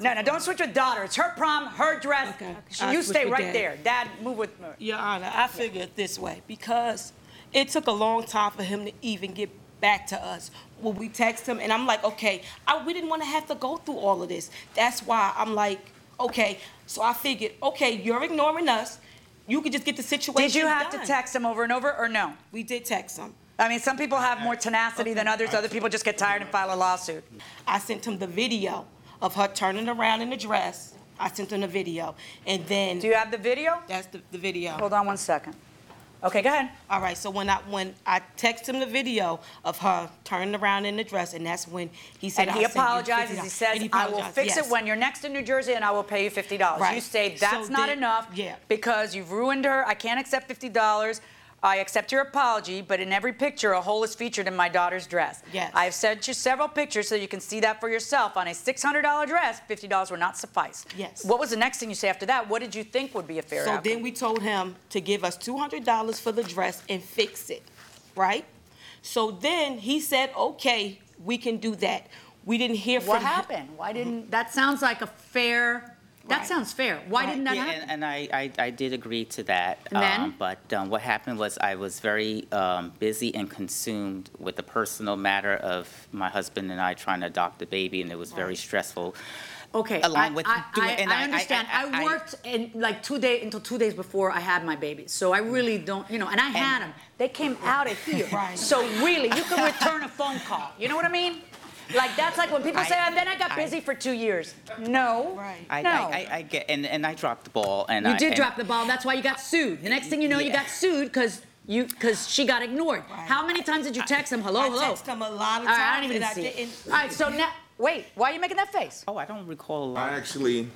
[SPEAKER 2] No, no, don't switch with daughter. It's her prom, her dress. She-
[SPEAKER 14] I'll
[SPEAKER 2] You
[SPEAKER 14] switch
[SPEAKER 2] stay
[SPEAKER 14] with
[SPEAKER 2] right
[SPEAKER 14] dad.
[SPEAKER 2] there. Dad, move with me.
[SPEAKER 14] Your Honor, I figure it this way because it took a long time for him to even get back to us. When we text him, and I'm like, okay, I, we didn't want to have to go through all of this. That's why I'm like, okay. So I figured, okay, you're ignoring us. You could just get the situation.
[SPEAKER 2] Did you have to
[SPEAKER 14] done.
[SPEAKER 2] text him over and over or no?
[SPEAKER 14] We did text him.
[SPEAKER 2] I mean, some people have more tenacity than others. Other people just get tired and file a lawsuit.
[SPEAKER 14] I sent him the video of her turning around in the dress. I sent him the video, and then. Do
[SPEAKER 2] you have the video?
[SPEAKER 14] That's the, the video.
[SPEAKER 2] Hold on one second. Okay, go ahead.
[SPEAKER 14] All right. So when I when I text him the video of her turning around in the dress, and that's when he said.
[SPEAKER 2] And he
[SPEAKER 14] "I'll send you
[SPEAKER 2] apologizes.
[SPEAKER 14] $50."
[SPEAKER 2] He says,
[SPEAKER 14] And
[SPEAKER 2] I will fix it
[SPEAKER 14] yes.
[SPEAKER 2] when you're next in New Jersey and I will pay you $50. You
[SPEAKER 14] Right.
[SPEAKER 2] say,
[SPEAKER 14] So
[SPEAKER 2] that's not
[SPEAKER 14] then-
[SPEAKER 2] enough
[SPEAKER 14] yeah.
[SPEAKER 2] because you've ruined her. I can't accept $50. I accept your apology, but in every picture, a hole is featured in my daughter's dress.
[SPEAKER 14] Yes.
[SPEAKER 2] I've sent you several pictures so you can see that for yourself. On a $600 dress, $50 would not suffice.
[SPEAKER 14] Yes.
[SPEAKER 2] What was the next thing you say after that? What did you think would be a fair
[SPEAKER 14] So
[SPEAKER 2] outcome?
[SPEAKER 14] then we told him to give us two hundred dollars for the dress and fix it, right? So then he said, okay, we can do that. We didn't hear from.
[SPEAKER 2] what
[SPEAKER 14] him.
[SPEAKER 2] happened? Why
[SPEAKER 14] Mm-hmm.
[SPEAKER 2] didn't that sounds like a fair that sounds fair. Why didn't that
[SPEAKER 15] Yeah,
[SPEAKER 2] happen?
[SPEAKER 15] and, and I, I, I did agree to that.
[SPEAKER 2] And then?
[SPEAKER 15] um, but um, what happened was I was very um, busy and consumed with the personal matter of my husband and I trying to adopt a baby, and it was very stressful.
[SPEAKER 2] Okay.
[SPEAKER 15] Along
[SPEAKER 2] I,
[SPEAKER 15] with
[SPEAKER 2] I,
[SPEAKER 15] doing-
[SPEAKER 2] I,
[SPEAKER 15] and
[SPEAKER 2] I
[SPEAKER 15] I- I-
[SPEAKER 2] understand. I,
[SPEAKER 15] I- I-
[SPEAKER 2] worked in like two days until two days before I had my baby, so I really don't, you know. And I had them. They came out of here. So really, you can return a phone call. You know what I mean? Like that's like when people say, and then I got
[SPEAKER 15] I-
[SPEAKER 2] busy for two years. No. Right.
[SPEAKER 15] I,
[SPEAKER 2] no.
[SPEAKER 15] I, I, I get, and, and I dropped the ball, and
[SPEAKER 2] you
[SPEAKER 15] I,
[SPEAKER 2] did
[SPEAKER 15] and-
[SPEAKER 2] drop the ball. That's why you got sued. The next thing you know, you
[SPEAKER 15] Yeah.
[SPEAKER 2] got sued because you because she got ignored. How many times did you text him? Hello,
[SPEAKER 14] I
[SPEAKER 2] hello.
[SPEAKER 14] text him a lot of
[SPEAKER 2] All right, I
[SPEAKER 14] times
[SPEAKER 2] don't even
[SPEAKER 14] and I
[SPEAKER 2] see. it.
[SPEAKER 14] didn't-
[SPEAKER 2] All right. So now, wait. Why are you making that face?
[SPEAKER 15] Oh, I don't recall a lot.
[SPEAKER 12] I actually,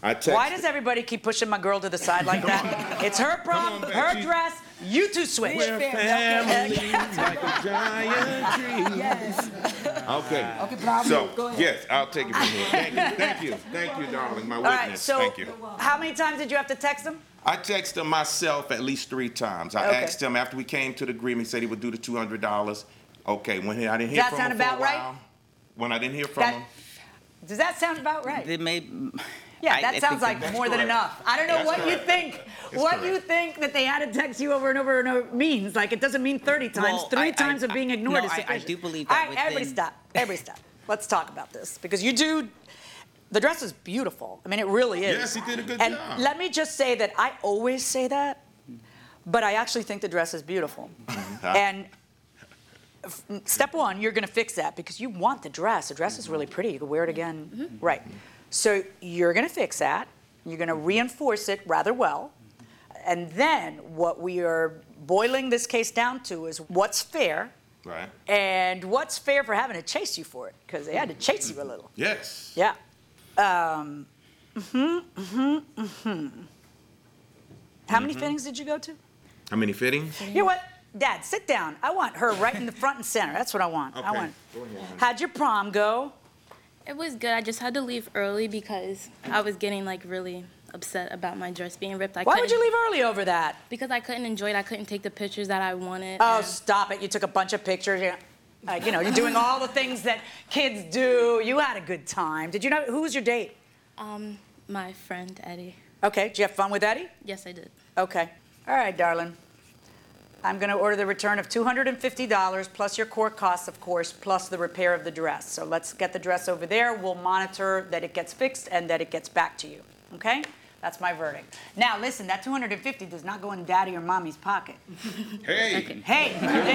[SPEAKER 12] I texted.
[SPEAKER 2] Why does everybody keep pushing my girl to the side like that? it's her prom, her dress, You two switch.
[SPEAKER 14] We're
[SPEAKER 12] family, like a giant tree.
[SPEAKER 14] Yes.
[SPEAKER 12] Okay.
[SPEAKER 2] Ah.
[SPEAKER 14] Okay, but I'll
[SPEAKER 12] So,
[SPEAKER 14] move. Go ahead.
[SPEAKER 12] yes, I'll take it from here. Thank you, thank you, thank you, darling, my
[SPEAKER 2] All right,
[SPEAKER 12] witness.
[SPEAKER 2] so
[SPEAKER 12] Thank you.
[SPEAKER 2] how many times did you have to text him?
[SPEAKER 12] I texted him myself at least three times. I
[SPEAKER 2] Okay.
[SPEAKER 12] asked him after we came to the agreement, he said he would do the two hundred dollars. Okay, when he- I didn't
[SPEAKER 2] Does that
[SPEAKER 12] hear from him
[SPEAKER 2] sound
[SPEAKER 12] for a
[SPEAKER 2] about right?
[SPEAKER 12] while, When I didn't hear from
[SPEAKER 2] That-
[SPEAKER 12] him.
[SPEAKER 2] Does that sound about right?
[SPEAKER 15] It may,
[SPEAKER 2] Yeah,
[SPEAKER 15] I- I
[SPEAKER 2] that
[SPEAKER 15] think
[SPEAKER 2] sounds
[SPEAKER 15] that-
[SPEAKER 2] like
[SPEAKER 15] That's
[SPEAKER 2] more than
[SPEAKER 15] correct.
[SPEAKER 2] enough. I don't know
[SPEAKER 15] That's
[SPEAKER 2] what you
[SPEAKER 15] correct.
[SPEAKER 2] think.
[SPEAKER 15] That's
[SPEAKER 2] what you think that they had to text you over and over and over means. Like it doesn't mean 30 times.
[SPEAKER 15] Well,
[SPEAKER 2] Three
[SPEAKER 15] I- I-
[SPEAKER 2] times of being
[SPEAKER 15] I-
[SPEAKER 2] ignored
[SPEAKER 15] no,
[SPEAKER 2] is
[SPEAKER 15] I- I
[SPEAKER 2] sufficient.
[SPEAKER 15] do believe
[SPEAKER 2] All
[SPEAKER 15] that
[SPEAKER 2] right, everybody
[SPEAKER 15] within-
[SPEAKER 2] stop. Everybody stop. Let's talk about this because you do. The dress is beautiful. I mean, it really is.
[SPEAKER 12] Yes, he did a good
[SPEAKER 2] and
[SPEAKER 12] job.
[SPEAKER 2] let me just say that I always say that, but I actually think the dress is beautiful. And f- step one, you're going to fix that because you want the dress. The dress is really pretty. You could wear it again. Mm-hmm. Right. So you're going to fix that. You're going to reinforce it rather well. And then what we are boiling this case down to is what's fair
[SPEAKER 12] Right.
[SPEAKER 2] and what's fair for having to chase you for it because they had to chase you a little.
[SPEAKER 12] Yes.
[SPEAKER 2] Yeah. Um, hmm hmm hmm How many
[SPEAKER 12] Mhm.
[SPEAKER 2] fittings did you go to?
[SPEAKER 12] How many fitting?
[SPEAKER 2] You know what? Dad, sit down. I want her right in the front and center. That's what I want. I
[SPEAKER 12] Okay,
[SPEAKER 2] want.
[SPEAKER 12] go ahead, honey.
[SPEAKER 2] How'd your prom go?
[SPEAKER 13] It was good. I just had to leave early because I was getting like really upset about my dress being ripped. I
[SPEAKER 2] Why would
[SPEAKER 13] couldn't-
[SPEAKER 2] you leave early over that?
[SPEAKER 13] Because I couldn't enjoy it. I couldn't take the pictures that I wanted.
[SPEAKER 2] Oh,
[SPEAKER 13] and-
[SPEAKER 2] stop it. You took a bunch of pictures. You know, uh, you know, you're doing all the things that kids do. You had a good time. Did you know who was your date?
[SPEAKER 13] Um, my friend Eddie.
[SPEAKER 2] Okay. Did you have fun with Eddie?
[SPEAKER 13] Yes, I did.
[SPEAKER 2] Okay. All right, darling. I'm going to order the return of $250 plus your court costs, of course, plus the repair of the dress. So let's get the dress over there. We'll monitor that it gets fixed and that it gets back to you. Okay? That's my verdict. Now, listen, that 250 does not go in daddy or mommy's pocket.
[SPEAKER 12] Hey.
[SPEAKER 2] Hey,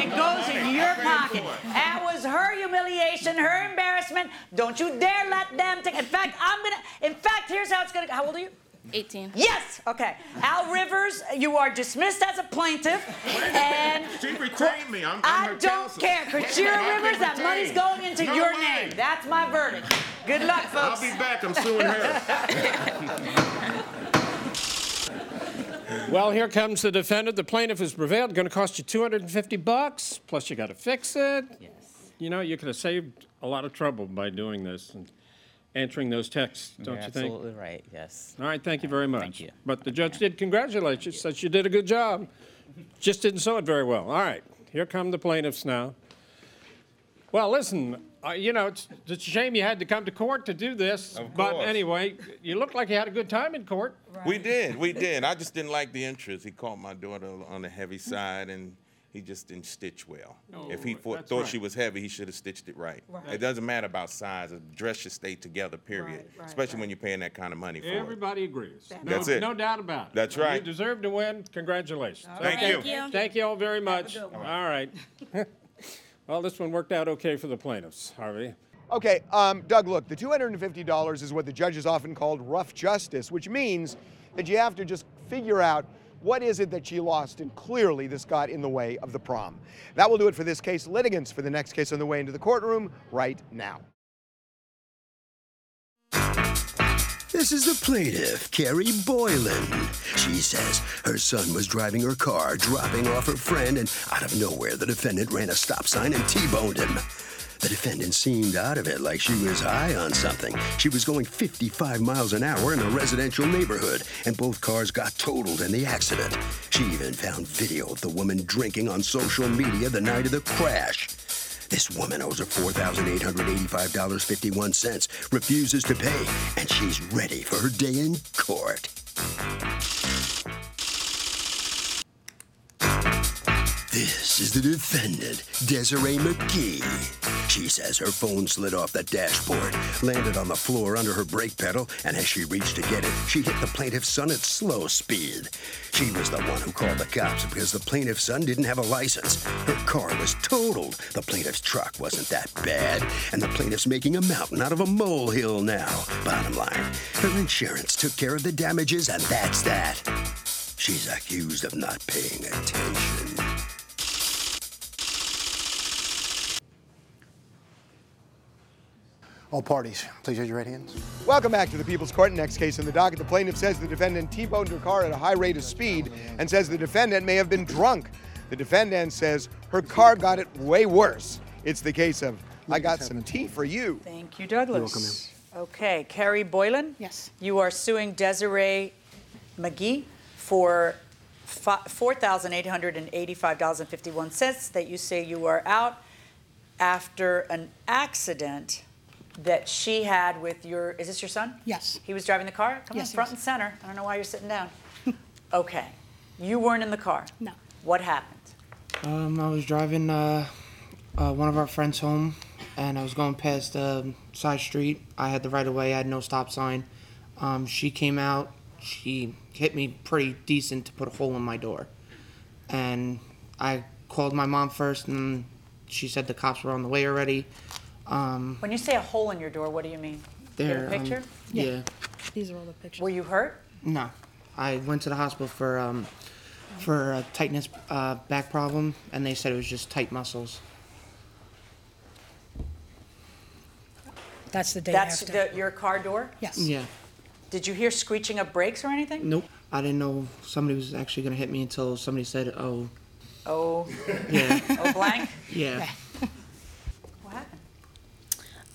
[SPEAKER 2] it goes in your pocket. That was her humiliation, her embarrassment. Don't you dare let them take. In fact, I'm gonna. In fact, here's how it's gonna. How old are you?
[SPEAKER 13] 18.
[SPEAKER 2] Yes. Okay. Al Rivers, you are dismissed as a plaintiff, and
[SPEAKER 12] She retained me. I'm, I'm
[SPEAKER 2] I
[SPEAKER 12] her
[SPEAKER 2] don't
[SPEAKER 12] counsel.
[SPEAKER 2] care. Kachira
[SPEAKER 12] I've been
[SPEAKER 2] Rivers, that money's
[SPEAKER 12] retained.
[SPEAKER 2] going into
[SPEAKER 12] No
[SPEAKER 2] your
[SPEAKER 12] way.
[SPEAKER 2] name. That's my verdict. Good luck, folks.
[SPEAKER 12] I'll be back. I'm suing her.
[SPEAKER 11] Well, here comes the defendant. The plaintiff has prevailed. Going to cost you 250 bucks. Plus, you got to fix it. Yes. You know, you could have saved a lot of trouble by doing this and answering those texts, don't
[SPEAKER 15] You're
[SPEAKER 11] you think?
[SPEAKER 15] absolutely right, yes.
[SPEAKER 11] All right, thank you very much. Thank you. But the judge did congratulate you, said you did a good job. Just didn't sew it very well. All right, here come the plaintiffs now. Well, listen, uh, you know, it's, it's a shame you had to come to court to do this.
[SPEAKER 12] Of
[SPEAKER 11] But
[SPEAKER 12] course.
[SPEAKER 11] anyway, you look like you had a good time in court.
[SPEAKER 12] We did, we did. I just didn't like the interest. He caught my daughter on the heavy side, and he just didn't stitch well. if he
[SPEAKER 11] Oh,
[SPEAKER 12] thought,
[SPEAKER 11] that's
[SPEAKER 12] thought
[SPEAKER 11] right.
[SPEAKER 12] she was heavy, he should have stitched it right.
[SPEAKER 11] Right.
[SPEAKER 12] It doesn't matter about size. A dress should stay together, period.
[SPEAKER 11] Right, right,
[SPEAKER 12] Especially when you're paying that kind of money for it.
[SPEAKER 11] Everybody agrees. No-
[SPEAKER 12] That's it.
[SPEAKER 11] No doubt about it.
[SPEAKER 12] That's
[SPEAKER 11] Well, You
[SPEAKER 12] right.
[SPEAKER 11] deserve to win. Congratulations.
[SPEAKER 12] Thank
[SPEAKER 11] Okay.
[SPEAKER 12] you. Thank you.
[SPEAKER 11] Thank you all very much. All right. Well, this one worked out okay for the plaintiffs, Harvey.
[SPEAKER 8] Okay, um, Doug, look, the $250 is what the judges often called rough justice, which means that you have to just figure out what is it that she lost, and clearly this got in the way of the prom. That will do it for this case. Litigants for the next case on the way into the courtroom right now.
[SPEAKER 4] This is the plaintiff, Carrie Boylan. She says her son was driving her car, dropping off her friend, and out of nowhere, the defendant ran a stop sign and T boned him. The defendant seemed out of it like she was high on something. She was going 55 miles an hour in a residential neighborhood, and both cars got totaled in the accident. She even found video of the woman drinking on social media the night of the crash. This woman owes her $4,885.51, refuses to pay, and she's ready for her day in court. This is the defendant, Desiree McGee. She says her phone slid off the dashboard, landed on the floor under her brake pedal, and as she reached to get it, she hit the plaintiff's son at slow speed. She was the one who called the cops because the plaintiff's son didn't have a license. Her car was totaled. The plaintiff's truck wasn't that bad, and the plaintiff's making a mountain out of a molehill now. Bottom line, her insurance took care of the damages, and that's that. She's accused of not paying attention.
[SPEAKER 5] All parties, please raise your right hands.
[SPEAKER 8] Welcome back to the People's Court. Next case in the docket, the plaintiff says the defendant T-boned her car at a high rate of speed and says the defendant may have been drunk. The defendant says her car got it way worse. It's the case of I got some tea for you.
[SPEAKER 2] Thank you, Douglas. Okay, Carrie Boylan? Yes. You are suing Desiree McGee for fi- $4,885.51 that you say you are out after an accident that she had with your, is this your son? Yes. He was driving the car? Come on,
[SPEAKER 17] Yes, he
[SPEAKER 2] front
[SPEAKER 17] was.
[SPEAKER 2] and center. I don't know why you're sitting down. Okay. You weren't in the car? No. What happened?
[SPEAKER 17] Um, I was driving uh, uh, one of our friends home, and I was going past the side street. I had the right of way. I had no stop sign. Um, she came out. She hit me pretty decent to put a hole in my door, and I called my mom first, and she said the cops were on the way already. Um,
[SPEAKER 2] When you say a hole in your door, what do you mean? Do you have
[SPEAKER 17] there.
[SPEAKER 2] a
[SPEAKER 17] um,
[SPEAKER 2] picture?
[SPEAKER 17] yeah.
[SPEAKER 2] These are all the pictures. Were you hurt?
[SPEAKER 17] No, I went to the hospital for um, for a tightness uh, back problem, and they said it was just tight muscles.
[SPEAKER 18] That's the day
[SPEAKER 2] That's
[SPEAKER 18] after.
[SPEAKER 2] the, your car door?
[SPEAKER 17] Yeah.
[SPEAKER 2] Did you hear screeching of brakes or anything?
[SPEAKER 17] Nope. I didn't know somebody was actually gonna hit me until somebody said, "Oh,
[SPEAKER 2] Oh.
[SPEAKER 17] Yeah.
[SPEAKER 2] Oh, blank?
[SPEAKER 17] yeah."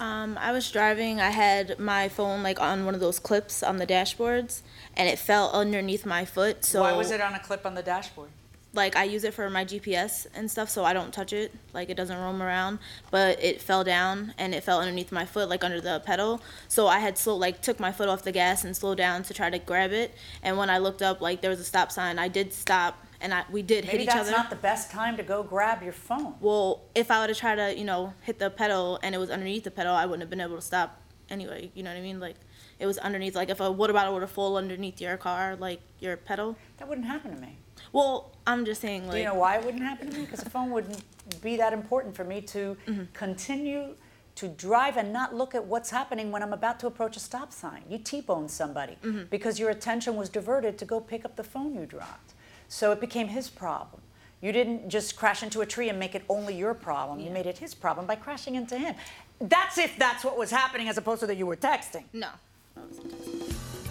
[SPEAKER 13] Um, I was driving. I had my phone like on one of those clips on the dashboards, and it fell underneath my foot. So
[SPEAKER 2] Why was it on a clip on the dashboard?
[SPEAKER 13] Like I use it for my GPS and stuff, so I don't touch it. Like it doesn't roam around. But it fell down and it fell underneath my foot, like under the pedal. So I had slow, like took my foot off the gas and slowed down to try to grab it. And when I looked up, like there was a stop sign. I did stop, and I we did hit
[SPEAKER 2] Maybe
[SPEAKER 13] each
[SPEAKER 2] that's
[SPEAKER 13] other.
[SPEAKER 2] not the best time to go grab your phone.
[SPEAKER 13] Well, if I would have tried to, you know, hit the pedal and it was underneath the pedal, I wouldn't have been able to stop anyway. You know what I mean? Like, it was underneath. Like, if a water bottle were to fall underneath your car, like your pedal.
[SPEAKER 2] That wouldn't happen to me.
[SPEAKER 13] Well, I'm just saying, like.
[SPEAKER 2] Do you know why it wouldn't happen to me? Because the phone wouldn't be that important for me to
[SPEAKER 13] Mm-hmm.
[SPEAKER 2] continue to drive and not look at what's happening when I'm about to approach a stop sign. You T-boned somebody
[SPEAKER 13] Mm-hmm.
[SPEAKER 2] because your attention was diverted to go pick up the phone you dropped. So it became his problem. You didn't just crash into a tree and make it only your problem. You made it his problem by crashing into him. That's if that's what was happening as opposed to that you were texting.
[SPEAKER 13] No.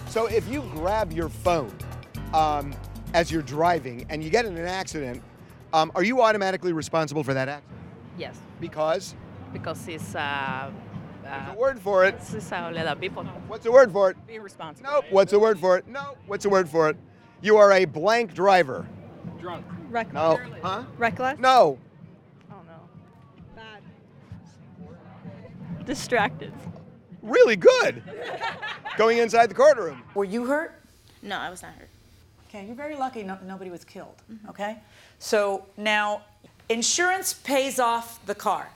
[SPEAKER 8] So if you grab your phone um, as you're driving and you get in an accident, um, are you automatically responsible for that accident?
[SPEAKER 19] Yes,
[SPEAKER 8] Because
[SPEAKER 19] because it's. Uh, uh,
[SPEAKER 8] a word for it.
[SPEAKER 19] It's a little people.
[SPEAKER 8] What's the word for it?
[SPEAKER 19] Be responsible.
[SPEAKER 8] Nope. What's the word for it? No. What's the word for it? You are a blank driver.
[SPEAKER 19] Drunk. Rec-
[SPEAKER 8] No. Huh? Oh,
[SPEAKER 19] Reckless.
[SPEAKER 8] No.
[SPEAKER 19] Distracted.
[SPEAKER 8] Really good. Going inside the courtroom.
[SPEAKER 2] Were you hurt?
[SPEAKER 13] No, I was not hurt. Mm-hmm.
[SPEAKER 2] Okay, you're very lucky no, nobody was killed. Okay? So now, insurance pays off the car.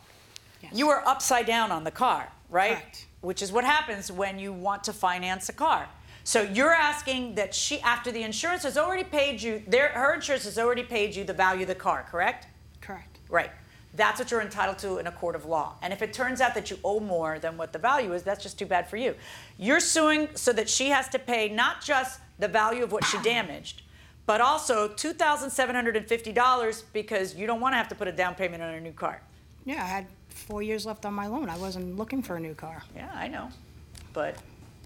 [SPEAKER 2] You are upside down on the car, right? Which is what happens when you want to finance a car. So you're asking that she, after the insurance has already paid you, their, her insurance has already paid you the value of the car, correct?
[SPEAKER 18] Correct.
[SPEAKER 2] Right. That's what you're entitled to in a court of law. And if it turns out that you owe more than what the value is, that's just too bad for you. You're suing so that she has to pay not just the value of what she damaged, but also $2,750 because you don't want to have to put a down payment on a new car.
[SPEAKER 18] Yeah, I had four years left on my loan. I wasn't looking for a new car.
[SPEAKER 2] Yeah, I know. But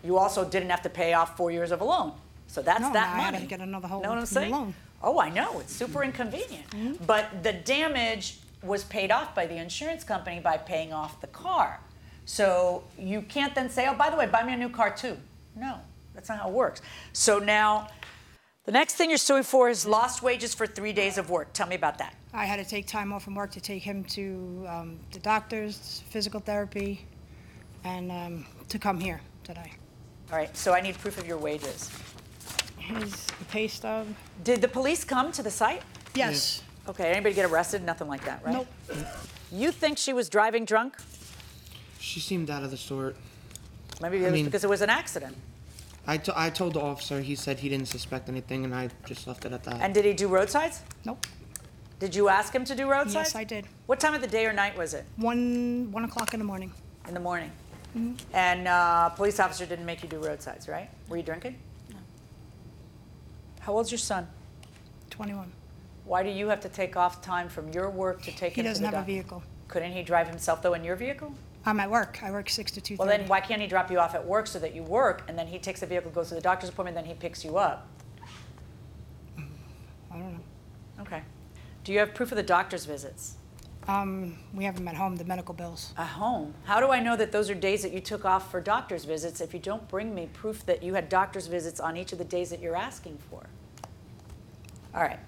[SPEAKER 2] you also didn't have to pay off four years of a loan. So that's
[SPEAKER 18] No,
[SPEAKER 2] that
[SPEAKER 18] now I
[SPEAKER 2] money.
[SPEAKER 18] gotta get another whole
[SPEAKER 2] know what I'm
[SPEAKER 18] new
[SPEAKER 2] saying?
[SPEAKER 18] loan. Mm-hmm.
[SPEAKER 2] Oh, I know. It's super inconvenient. But the damage was paid off by the insurance company by paying off the car. So you can't then say, oh, by the way, buy me a new car too. No, that's not how it works. So now, the next thing you're suing for is lost wages for three days of work. Tell me about that.
[SPEAKER 18] I had to take time off from work to take him to um, the doctors, physical therapy, and um, to come here today.
[SPEAKER 2] All right, so I need proof of your wages.
[SPEAKER 18] His pay stub.
[SPEAKER 2] Um, Did the police come to the site?
[SPEAKER 18] Yes.
[SPEAKER 2] Okay, anybody get arrested? Nothing like that, right?
[SPEAKER 18] Nope.
[SPEAKER 2] You think she was driving drunk?
[SPEAKER 17] She seemed out of the sort.
[SPEAKER 2] Maybe it
[SPEAKER 17] I
[SPEAKER 2] was
[SPEAKER 17] mean-
[SPEAKER 2] because it was an accident.
[SPEAKER 17] I, to- I told the officer. He said he didn't suspect anything, and I just left it at that.
[SPEAKER 2] And did he do roadsides?
[SPEAKER 18] Nope.
[SPEAKER 2] Did you ask him to do roadsides?
[SPEAKER 18] Yes, I did.
[SPEAKER 2] What time of the day or night was it?
[SPEAKER 18] One one o'clock in the morning.
[SPEAKER 2] In the morning. And uh, police officer didn't make you do roadsides, right? Were you drinking? No. How old's your son?
[SPEAKER 18] Twenty-one.
[SPEAKER 2] Why do you have to take off time from your work to take
[SPEAKER 18] He
[SPEAKER 2] him to
[SPEAKER 18] doesn't
[SPEAKER 2] the
[SPEAKER 18] have a
[SPEAKER 2] doctor?
[SPEAKER 18] vehicle.
[SPEAKER 2] Couldn't he drive himself though in your vehicle?
[SPEAKER 18] I'm at work. I work six to two
[SPEAKER 2] Well,
[SPEAKER 18] thirty.
[SPEAKER 2] then why can't he drop you off at work so that you work and then he takes the vehicle, goes to the doctor's appointment, then he picks you up?
[SPEAKER 18] I don't know.
[SPEAKER 2] Okay. Do you have proof of the doctor's visits?
[SPEAKER 18] Um, we have them at home, the medical bills.
[SPEAKER 2] At home? How do I know that those are days that you took off for doctor's visits if you don't bring me proof that you had doctor's visits on each of the days that you're asking for? All right.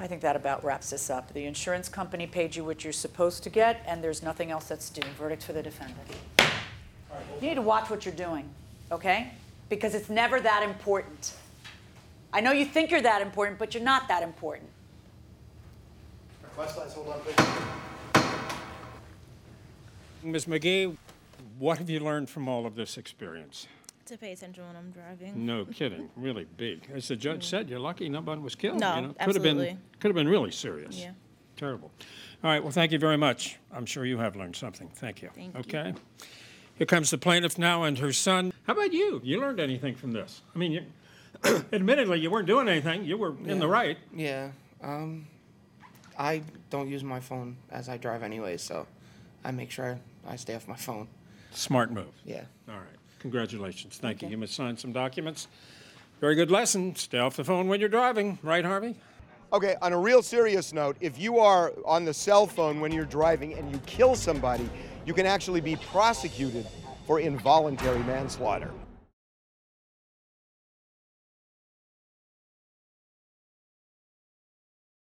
[SPEAKER 2] I think that about wraps this up. The insurance company paid you what you're supposed to get, and there's nothing else that's due. Verdict for the defendant. You need to watch what you're doing, okay? Because it's never that important. I know you think you're that important, but you're not that important.
[SPEAKER 5] West lights, hold on, please.
[SPEAKER 11] Ms. McGee, what have you learned from all of this experience?
[SPEAKER 13] To pay attention when I'm driving.
[SPEAKER 11] No kidding, really big. As the judge said, you're lucky nobody was killed.
[SPEAKER 13] No,
[SPEAKER 11] you know? Could have been,
[SPEAKER 13] absolutely.
[SPEAKER 11] could have been really serious.
[SPEAKER 13] Yeah.
[SPEAKER 11] Terrible. All right, well, thank you very much. I'm sure you have learned something. Thank you.
[SPEAKER 13] Thank you.
[SPEAKER 11] Okay. Here comes the plaintiff now and her son. How about you? You learned anything from this? I mean, you, admittedly, you weren't doing anything. You were in the
[SPEAKER 17] Yeah.
[SPEAKER 11] right.
[SPEAKER 17] Yeah. Um, I don't use my phone as I drive anyway, so I make sure I stay off my phone.
[SPEAKER 11] Smart move.
[SPEAKER 17] Yeah.
[SPEAKER 11] All right. Congratulations. Thank you. You must sign some documents. Very good lesson. Stay off the phone when you're driving, right, Harvey?
[SPEAKER 8] Okay, on a real serious note, if you are on the cell phone when you're driving and you kill somebody, you can actually be prosecuted for involuntary manslaughter.